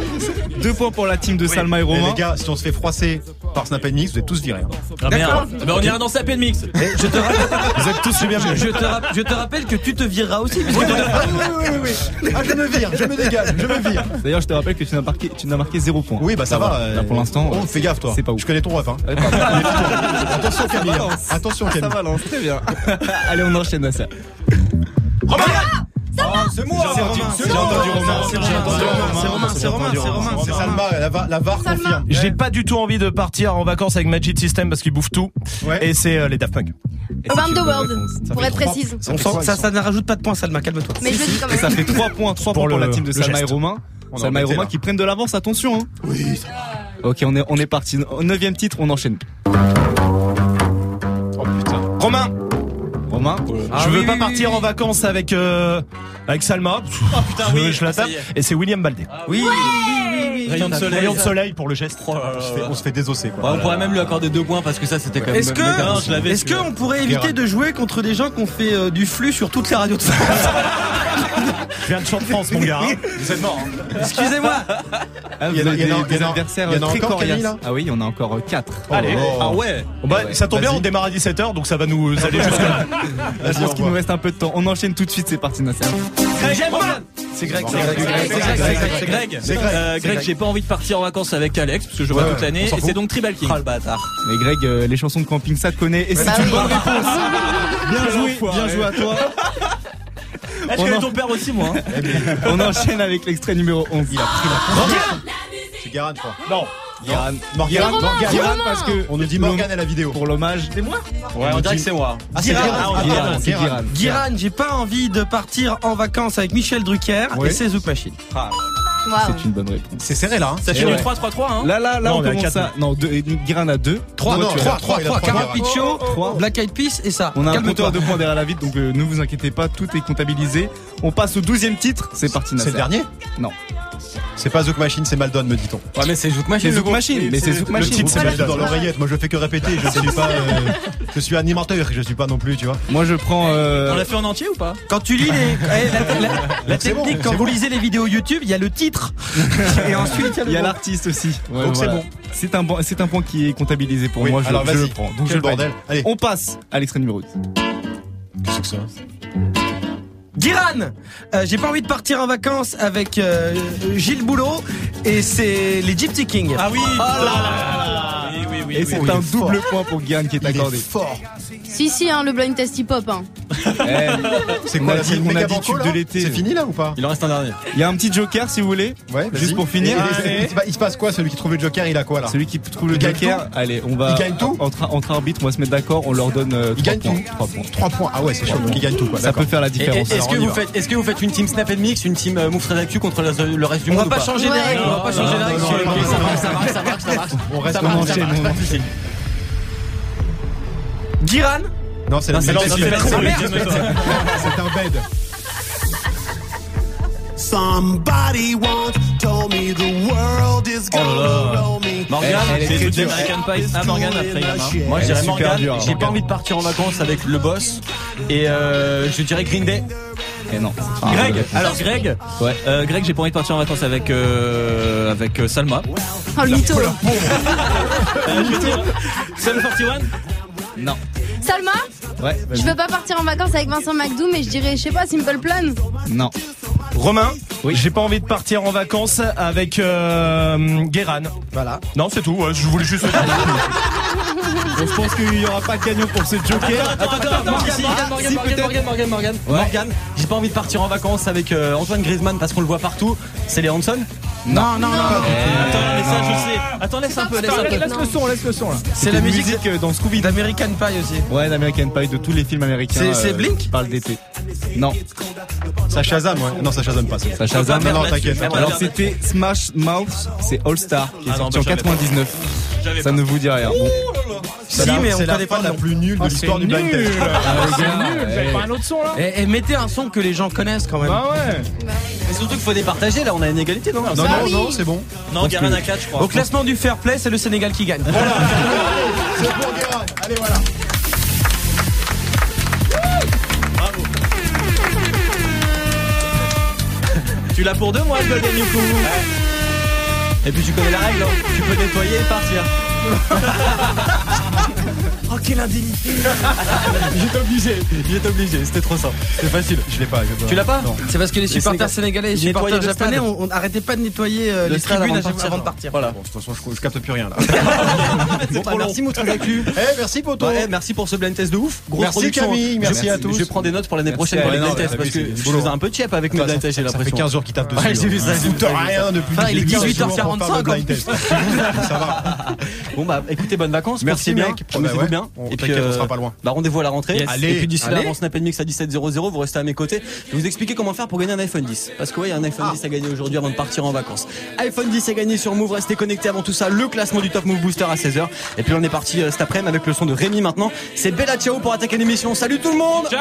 [SPEAKER 14] Deux points pour la team de Salma et
[SPEAKER 1] Eh,
[SPEAKER 14] Romain.
[SPEAKER 1] les gars, si on se fait froisser par Snap Mix, vous êtes tous virés. hein.
[SPEAKER 6] Ah merde. Ah bah, on ira dans sa peine mix.
[SPEAKER 5] Je te rappelle-
[SPEAKER 1] Vous êtes tous les bienvenus.
[SPEAKER 5] je te rap- je te rappelle que tu te vireras aussi. puisque t'en as-
[SPEAKER 1] Ah oui, oui, oui, oui. Ah, je me vire, je me dégage, je me vire.
[SPEAKER 14] D'ailleurs, je te rappelle que tu n'as marqué, tu n'as marqué zéro point.
[SPEAKER 1] Oui, bah ça, va.
[SPEAKER 14] Là,
[SPEAKER 1] euh,
[SPEAKER 14] pour l'instant,
[SPEAKER 1] Oh,
[SPEAKER 14] euh,
[SPEAKER 1] fais gaffe, toi.
[SPEAKER 14] C'est pas ouf.
[SPEAKER 1] Je connais ton ref. Hein. Attention, Camille. hein. Attention,
[SPEAKER 14] Ça
[SPEAKER 1] Camille.
[SPEAKER 14] balance, très bien. Allez, on enchaîne à ça.
[SPEAKER 5] C'est moi.
[SPEAKER 14] C'est Romain.
[SPEAKER 5] J'ai entendu Romain. C'est Romain. C'est Romain. C'est Romain.
[SPEAKER 1] C'est Salma, la, va- la VAR
[SPEAKER 16] Salma.
[SPEAKER 1] confirme.
[SPEAKER 8] J'ai pas du tout envie de partir en vacances avec Magic System parce qu'il bouffe tout
[SPEAKER 1] Ouais.
[SPEAKER 8] et c'est euh, les Daft Punk.
[SPEAKER 16] Around the world, pour être précise.
[SPEAKER 1] Ça
[SPEAKER 5] On
[SPEAKER 1] fait
[SPEAKER 5] sent-
[SPEAKER 1] trois,
[SPEAKER 5] ça,
[SPEAKER 1] ils sont-
[SPEAKER 5] ça ne rajoute pas de points, Salma, calme-toi.
[SPEAKER 16] Mais je le dis quand
[SPEAKER 14] Et ça
[SPEAKER 16] même.
[SPEAKER 14] fait 3 points, 3
[SPEAKER 8] Pour
[SPEAKER 14] points pour
[SPEAKER 8] le-
[SPEAKER 14] la team de
[SPEAKER 8] le
[SPEAKER 14] Salma et
[SPEAKER 8] geste.
[SPEAKER 14] Romain.
[SPEAKER 1] On est
[SPEAKER 14] Salma et
[SPEAKER 1] embêtés,
[SPEAKER 14] Romain
[SPEAKER 1] là.
[SPEAKER 14] qui prennent de l'avance, attention. Hein. Oui. Ok, on est, on est parti. Au Neuvième titre, on enchaîne.
[SPEAKER 8] Romain,
[SPEAKER 14] Romain,
[SPEAKER 6] Ah
[SPEAKER 8] je veux
[SPEAKER 5] oui,
[SPEAKER 8] pas
[SPEAKER 5] oui,
[SPEAKER 8] partir
[SPEAKER 5] oui,
[SPEAKER 8] en
[SPEAKER 5] oui.
[SPEAKER 8] vacances avec euh, avec Salma. Oh putain,
[SPEAKER 6] oui, Ah,
[SPEAKER 8] je la
[SPEAKER 6] ça
[SPEAKER 8] tape
[SPEAKER 6] y est.
[SPEAKER 8] et c'est William Baldé.
[SPEAKER 5] Oui,
[SPEAKER 6] Ah Rayon de soleil.
[SPEAKER 8] Rayon de soleil pour le geste.
[SPEAKER 1] On se fait- On se fait désosser,
[SPEAKER 6] Bah,
[SPEAKER 1] quoi.
[SPEAKER 6] on pourrait même lui accorder deux points parce que ça c'était quand même.
[SPEAKER 5] Est-ce
[SPEAKER 6] méga mince, je
[SPEAKER 5] que,
[SPEAKER 6] l'avais,
[SPEAKER 5] est-ce que
[SPEAKER 14] hein.
[SPEAKER 6] celui-là.
[SPEAKER 5] on pourrait éviter de jouer contre des gens qui ont fait euh, du flux sur toutes les radios de France
[SPEAKER 8] Je viens de Champ de France, mon gars. hein. Vous êtes mort.
[SPEAKER 5] Excusez-moi.
[SPEAKER 14] Ah, vous
[SPEAKER 1] Il y en a-
[SPEAKER 14] avez
[SPEAKER 1] il y en a-
[SPEAKER 14] des, des
[SPEAKER 1] il y en a-
[SPEAKER 14] adversaires
[SPEAKER 1] il y en a
[SPEAKER 14] très
[SPEAKER 1] encore,
[SPEAKER 14] coriaces.
[SPEAKER 1] Camille, là
[SPEAKER 14] ah oui, il y en a encore 4.
[SPEAKER 8] Allez.
[SPEAKER 1] Oh.
[SPEAKER 6] Ah ouais.
[SPEAKER 8] Bon, bah, ça tombe bien,
[SPEAKER 1] Vas-y.
[SPEAKER 8] on démarre à 17h, donc ça va nous aller jusque-là.
[SPEAKER 14] Je
[SPEAKER 1] au
[SPEAKER 14] pense qu'il
[SPEAKER 1] revoir.
[SPEAKER 14] nous reste un peu de temps. On enchaîne tout de suite, c'est parti, Nasser.
[SPEAKER 8] C'est Greg,
[SPEAKER 1] C'est Greg,
[SPEAKER 6] C'est Greg, c'est Greg, c'est Greg.
[SPEAKER 1] C'est Greg.
[SPEAKER 6] Euh,
[SPEAKER 1] C'est
[SPEAKER 6] Greg,
[SPEAKER 1] Greg.
[SPEAKER 6] j'ai pas envie de partir en vacances avec Alex parce que je vois
[SPEAKER 1] Ouais,
[SPEAKER 6] toute l'année.
[SPEAKER 1] on s'en
[SPEAKER 6] Et c'est
[SPEAKER 1] fout.
[SPEAKER 6] donc Tribal King. Ah le bâtard.
[SPEAKER 14] Mais Greg, euh, les chansons de camping, ça te connaît. Et c'est
[SPEAKER 16] Bah
[SPEAKER 14] une
[SPEAKER 16] oui.
[SPEAKER 14] bonne réponse. Bien joué, bien joué à toi.
[SPEAKER 6] Je
[SPEAKER 14] On en-
[SPEAKER 6] connais ton père aussi moi. hein.
[SPEAKER 14] On enchaîne avec l'extrait numéro 11.
[SPEAKER 1] C'est Guérin, je crois.
[SPEAKER 8] Non.
[SPEAKER 14] Guiran.
[SPEAKER 1] Morgane,
[SPEAKER 16] Romain,
[SPEAKER 1] Morgane.
[SPEAKER 16] Romain.
[SPEAKER 14] Guiran parce que
[SPEAKER 1] On nous dit Morgane à la vidéo.
[SPEAKER 14] pour l'hommage. C'est moi
[SPEAKER 6] Ouais, on dirait que c'est moi.
[SPEAKER 1] Ah, c'est Guérin.
[SPEAKER 6] Ah,
[SPEAKER 1] Ah,
[SPEAKER 6] Guérin,
[SPEAKER 1] pardon,
[SPEAKER 14] C'est
[SPEAKER 1] Guérin.
[SPEAKER 14] Guiran.
[SPEAKER 5] Guiran, j'ai pas envie de partir en vacances avec Michel Drucker
[SPEAKER 1] Ouais.
[SPEAKER 5] et ses Zouk Machine.
[SPEAKER 1] Ah.
[SPEAKER 14] C'est une bonne réponse.
[SPEAKER 1] C'est serré là.
[SPEAKER 6] Ça fait du 3-3-3, hein
[SPEAKER 14] Là, là, là,
[SPEAKER 6] Non,
[SPEAKER 14] on
[SPEAKER 6] on est à
[SPEAKER 14] commence
[SPEAKER 6] quatre,
[SPEAKER 14] à. Non, deux, et Guirin à 2.
[SPEAKER 1] Trois, non, trois, trois, il a trois, Guirin.
[SPEAKER 14] Picho, 3.
[SPEAKER 5] Black Eyed Peas et ça.
[SPEAKER 14] On a un
[SPEAKER 5] Calme-toi.
[SPEAKER 14] compteur à deux points derrière la vitre, donc euh, ne vous inquiétez pas, tout est comptabilisé. On passe au 12 e titre. C'est parti,
[SPEAKER 1] C'est
[SPEAKER 14] Nasser.
[SPEAKER 1] le dernier
[SPEAKER 14] Non.
[SPEAKER 1] C'est pas Zouk Machine, c'est Maldon, me dit-on.
[SPEAKER 6] Ouais, mais c'est Zouk Machine.
[SPEAKER 14] C'est
[SPEAKER 6] le
[SPEAKER 14] Zouk
[SPEAKER 6] gros.
[SPEAKER 14] Machine, mais c'est Zouk Machine.
[SPEAKER 1] Le titre, c'est
[SPEAKER 14] Voilà,
[SPEAKER 1] Maldon dans
[SPEAKER 14] c'est pas
[SPEAKER 1] l'oreillette. Moi, je fais que répéter. Je suis pas. euh, je suis animateur, je suis pas non plus, tu vois.
[SPEAKER 14] Moi, je prends. euh,
[SPEAKER 6] On l'a fait en entier ou pas
[SPEAKER 17] Quand tu lis les. eh, la, la- la
[SPEAKER 1] C'est bon,
[SPEAKER 17] technique, quand
[SPEAKER 1] c'est
[SPEAKER 17] vous
[SPEAKER 1] bon.
[SPEAKER 17] lisez les vidéos YouTube, il y a le titre. Et ensuite,
[SPEAKER 14] Il y
[SPEAKER 17] le
[SPEAKER 14] a
[SPEAKER 17] nom.
[SPEAKER 14] l'artiste aussi.
[SPEAKER 1] Ouais, Donc voilà. c'est bon.
[SPEAKER 14] C'est un, bon- c'est un point qui est comptabilisé pour
[SPEAKER 1] Oui,
[SPEAKER 14] moi. Je,
[SPEAKER 1] alors
[SPEAKER 14] je
[SPEAKER 1] vas-y.
[SPEAKER 14] le prends.
[SPEAKER 1] Quel
[SPEAKER 14] Donc je le valide.
[SPEAKER 1] bordel. Allez.
[SPEAKER 14] On passe à l'extrait numéro 10.
[SPEAKER 1] Qu'est-ce que c'est
[SPEAKER 17] Guiran Euh, J'ai pas envie de partir en vacances avec euh, Gilles Boulot et c'est les Gypsy Kings.
[SPEAKER 6] Ah oui
[SPEAKER 17] Oh là là.
[SPEAKER 6] Oui, oui, oui.
[SPEAKER 14] Et c'est un double point pour Guyan qui est accordé.
[SPEAKER 1] fort.
[SPEAKER 16] Si, si, hein, le blind test hip-hop. Hein.
[SPEAKER 14] Eh,
[SPEAKER 1] C'est
[SPEAKER 14] on
[SPEAKER 1] quoi
[SPEAKER 14] a
[SPEAKER 1] la
[SPEAKER 14] dit,
[SPEAKER 1] ville
[SPEAKER 14] on a
[SPEAKER 1] méga
[SPEAKER 14] dit
[SPEAKER 1] banco,
[SPEAKER 14] tube
[SPEAKER 1] là
[SPEAKER 14] de l'été.
[SPEAKER 1] C'est fini là ou pas
[SPEAKER 6] Il en reste un dernier.
[SPEAKER 14] Il y a un petit joker si vous voulez.
[SPEAKER 1] Ouais,
[SPEAKER 14] Juste
[SPEAKER 1] vas-y.
[SPEAKER 14] pour finir.
[SPEAKER 1] Et- et-
[SPEAKER 14] Allez.
[SPEAKER 1] et- Il se passe quoi Celui qui trouve le Joker, il a quoi là
[SPEAKER 14] Celui qui trouve le
[SPEAKER 1] Il gagne
[SPEAKER 14] joker,
[SPEAKER 1] tout
[SPEAKER 14] allez, on va
[SPEAKER 1] Il gagne tout
[SPEAKER 14] entre, entre arbitres, on va se mettre d'accord, on leur donne euh,
[SPEAKER 1] Il
[SPEAKER 14] trois
[SPEAKER 1] gagne
[SPEAKER 14] points,
[SPEAKER 1] tout
[SPEAKER 14] trois points.
[SPEAKER 1] 3 points. Ah ouais, c'est chaud. Donc il gagne tout quoi.
[SPEAKER 14] Ça peut faire la
[SPEAKER 6] Et- et-
[SPEAKER 14] différence. Hein,
[SPEAKER 6] Est-ce que, vous faites- est-ce que vous faites une team Snap and Mix, une team euh, Move Très Actu contre le, le reste du
[SPEAKER 17] On
[SPEAKER 6] monde
[SPEAKER 17] va
[SPEAKER 6] ou
[SPEAKER 17] pas changer les
[SPEAKER 16] Ouais.
[SPEAKER 17] règles, on va pas changer les règles.
[SPEAKER 1] non, non,
[SPEAKER 17] Ok, ça
[SPEAKER 1] non,
[SPEAKER 17] marche,
[SPEAKER 1] non,
[SPEAKER 17] ça marche, ça marche, ça marche.
[SPEAKER 1] On reste
[SPEAKER 17] Ça
[SPEAKER 1] on
[SPEAKER 17] marche,
[SPEAKER 1] enchaîne,
[SPEAKER 17] ça marche,
[SPEAKER 1] on
[SPEAKER 17] pas de souci. Guiran
[SPEAKER 1] Non, c'est la
[SPEAKER 6] Non, c'est
[SPEAKER 1] musique.
[SPEAKER 6] la-
[SPEAKER 1] des
[SPEAKER 6] c'est la-
[SPEAKER 1] films.
[SPEAKER 6] c'est la-
[SPEAKER 1] C'est un bed.
[SPEAKER 15] Somebody once told me the world is
[SPEAKER 17] Oh
[SPEAKER 6] là
[SPEAKER 15] gonna
[SPEAKER 6] là.
[SPEAKER 15] roll me.
[SPEAKER 6] Morgane,
[SPEAKER 14] Elle est
[SPEAKER 6] c'est
[SPEAKER 14] très
[SPEAKER 6] le
[SPEAKER 14] dure.
[SPEAKER 6] American Pie à Morgane après Yama.
[SPEAKER 15] Elle
[SPEAKER 6] Moi
[SPEAKER 14] est
[SPEAKER 6] je dirais
[SPEAKER 14] super
[SPEAKER 6] Morgane,
[SPEAKER 14] dure,
[SPEAKER 6] j'ai pas
[SPEAKER 14] Morgane.
[SPEAKER 6] envie de partir en vacances avec le boss et euh, je dirais Green Day.
[SPEAKER 14] Et non.
[SPEAKER 6] Greg, alors Greg,
[SPEAKER 14] Ah, Ouais.
[SPEAKER 6] euh, Greg j'ai pas envie de partir en vacances avec euh, avec euh, Salma.
[SPEAKER 16] Oh, le mytho.
[SPEAKER 6] Euh, je veux dire, Sum 41 Non.
[SPEAKER 16] Salma,
[SPEAKER 14] Ouais,
[SPEAKER 16] je
[SPEAKER 14] vas-y. Ah
[SPEAKER 16] veux pas partir en vacances avec Vincent McDoom, mais je dirais, je sais pas, Simple Plan.
[SPEAKER 14] Non.
[SPEAKER 8] Romain, j'ai pas envie de partir en vacances avec euh, Guéran.
[SPEAKER 17] Voilà.
[SPEAKER 8] Non, c'est tout. ouais, je voulais juste.
[SPEAKER 14] Je pense qu'il n'y aura pas de gagnant pour ce joker.
[SPEAKER 6] Attends, attends, attends, Morgane,
[SPEAKER 14] si,
[SPEAKER 6] Morgane,
[SPEAKER 14] si,
[SPEAKER 6] Morgane,
[SPEAKER 14] peut-être.
[SPEAKER 6] Morgane, Morgane, Morgane, Morgane, j'ai pas envie de partir en vacances avec euh, Antoine Griezmann parce qu'on le voit partout. C'est les Hanson
[SPEAKER 17] Non, non, non.
[SPEAKER 6] Eh, Attends, mais ça je sais. Attends, laisse un peu, laisse un peu.
[SPEAKER 14] Laisse le son, laisse le son là.
[SPEAKER 6] Ah,
[SPEAKER 17] C'est la musique
[SPEAKER 14] euh, dans Scooby.
[SPEAKER 17] d'American Pie aussi.
[SPEAKER 14] Ouais, l'American Pie de tous les films américains.
[SPEAKER 17] C'est- c'est
[SPEAKER 14] euh,
[SPEAKER 17] Blink
[SPEAKER 14] qui parlent d'été. Non.
[SPEAKER 1] Ça Shazam, ouais. Non, ça Shazam pas. c'est-
[SPEAKER 14] Ça Shazam.
[SPEAKER 1] Non, non, t'inquiète.
[SPEAKER 6] Merde.
[SPEAKER 14] Alors c'était Smash Mouth, c'est All Star qui est
[SPEAKER 6] Ah non,
[SPEAKER 14] sorti
[SPEAKER 6] bah,
[SPEAKER 14] en
[SPEAKER 6] j'avais pas.
[SPEAKER 14] 99. Ça ne vous dit rien. Bon.
[SPEAKER 17] Si,
[SPEAKER 1] C'est la-
[SPEAKER 17] mais on
[SPEAKER 1] c'est la
[SPEAKER 17] connaît pas
[SPEAKER 1] fin
[SPEAKER 17] le
[SPEAKER 1] la
[SPEAKER 17] nom.
[SPEAKER 1] plus nulle de l'histoire du blind test. Ah,
[SPEAKER 6] eh.
[SPEAKER 17] Et, et Eh, mettez un son que les gens connaissent quand même.
[SPEAKER 6] Mais surtout qu'il faut départager là, on a une égalité Bah non
[SPEAKER 1] Non,
[SPEAKER 16] Bah
[SPEAKER 6] Non,
[SPEAKER 1] non, non, c'est bon.
[SPEAKER 6] non Guérin à 4 je crois.
[SPEAKER 17] Au classement du fair play, c'est le Sénégal qui gagne.
[SPEAKER 1] C'est pour Guérin. Allez, voilà.
[SPEAKER 6] Tu l'as pour deux, moi je dois gagner pour vous. Et puis tu connais la règle, hein. tu peux nettoyer et partir. oh quelle indignité J'étais obligé, j'étais obligé, c'était trop simple.
[SPEAKER 1] C'est facile. Je l'ai pas. je l'ai
[SPEAKER 6] Tu l'as pas
[SPEAKER 1] Non.
[SPEAKER 17] C'est parce que les supporters sénégalais et les
[SPEAKER 6] Nettoyer
[SPEAKER 17] supporters
[SPEAKER 6] le
[SPEAKER 17] japonais,
[SPEAKER 6] stade.
[SPEAKER 17] on, on arrêtait pas de nettoyer euh,
[SPEAKER 6] Le
[SPEAKER 17] les
[SPEAKER 6] stade
[SPEAKER 17] tribunes
[SPEAKER 6] avant de
[SPEAKER 17] avant de
[SPEAKER 6] partir.
[SPEAKER 17] partir.
[SPEAKER 6] Voilà.
[SPEAKER 1] Bon, de toute façon, je, je capte plus rien là.
[SPEAKER 6] Bon, bah, merci Moutre d'actu.
[SPEAKER 1] Eh, merci poto.
[SPEAKER 6] Ouais, merci pour ce blind test de ouf. Grosse
[SPEAKER 1] Merci,
[SPEAKER 6] production.
[SPEAKER 1] Camille,
[SPEAKER 6] Je-
[SPEAKER 1] merci Ah, à tous.
[SPEAKER 6] Je prends des notes pour l'année
[SPEAKER 14] Merci
[SPEAKER 6] prochaine pour
[SPEAKER 14] à
[SPEAKER 6] les blind
[SPEAKER 14] Hélène,
[SPEAKER 6] tests
[SPEAKER 14] ouais,
[SPEAKER 6] parce
[SPEAKER 14] t'as vu,
[SPEAKER 6] que
[SPEAKER 14] c'est
[SPEAKER 6] je
[SPEAKER 14] du boulot.
[SPEAKER 6] faisais un peu cheap avec mes
[SPEAKER 1] Ça,
[SPEAKER 6] blind tests, j'ai
[SPEAKER 1] ça fait
[SPEAKER 6] l'impression.
[SPEAKER 1] 15 jours qu'il tape dessus. hein.
[SPEAKER 6] Ouais, j'ai vu ça,
[SPEAKER 1] Ils
[SPEAKER 6] j'ai vu
[SPEAKER 1] foutent
[SPEAKER 6] ça, Ah, j'ai vu
[SPEAKER 1] rien depuis
[SPEAKER 17] Enfin,
[SPEAKER 1] le
[SPEAKER 17] il est
[SPEAKER 1] début, ils sont toujours en train
[SPEAKER 17] 18h45
[SPEAKER 6] hein.
[SPEAKER 1] de blind test. Ça va.
[SPEAKER 6] Bon bah écoutez, bonnes vacances.
[SPEAKER 1] Merci,
[SPEAKER 6] portez-vous bien.
[SPEAKER 1] mec.
[SPEAKER 6] Amusez-vous
[SPEAKER 1] hein. Ouais, ouais.
[SPEAKER 6] bien.
[SPEAKER 1] On- t'inquiète, on sera pas loin.
[SPEAKER 6] Bah rendez-vous à la rentrée.
[SPEAKER 1] Yes. Allez.
[SPEAKER 6] et puis d'ici là,
[SPEAKER 1] Allez.
[SPEAKER 6] avant Snap Mix à 17.00, vous restez à mes côtés. Je vais vous expliquer comment faire pour gagner un iPhone 10. Parce que ouais, il y a un iPhone 10 à gagner aujourd'hui avant de partir en vacances. iPhone 10 à gagner sur Move. Restez connectés avant tout ça. Le classement du Top Move Booster à 16h. Et puis on est parti euh, cet après-midi avec le son de Rémi maintenant. C'est Bella Ciao pour attaquer l'émission. Salut tout le monde. Ciao.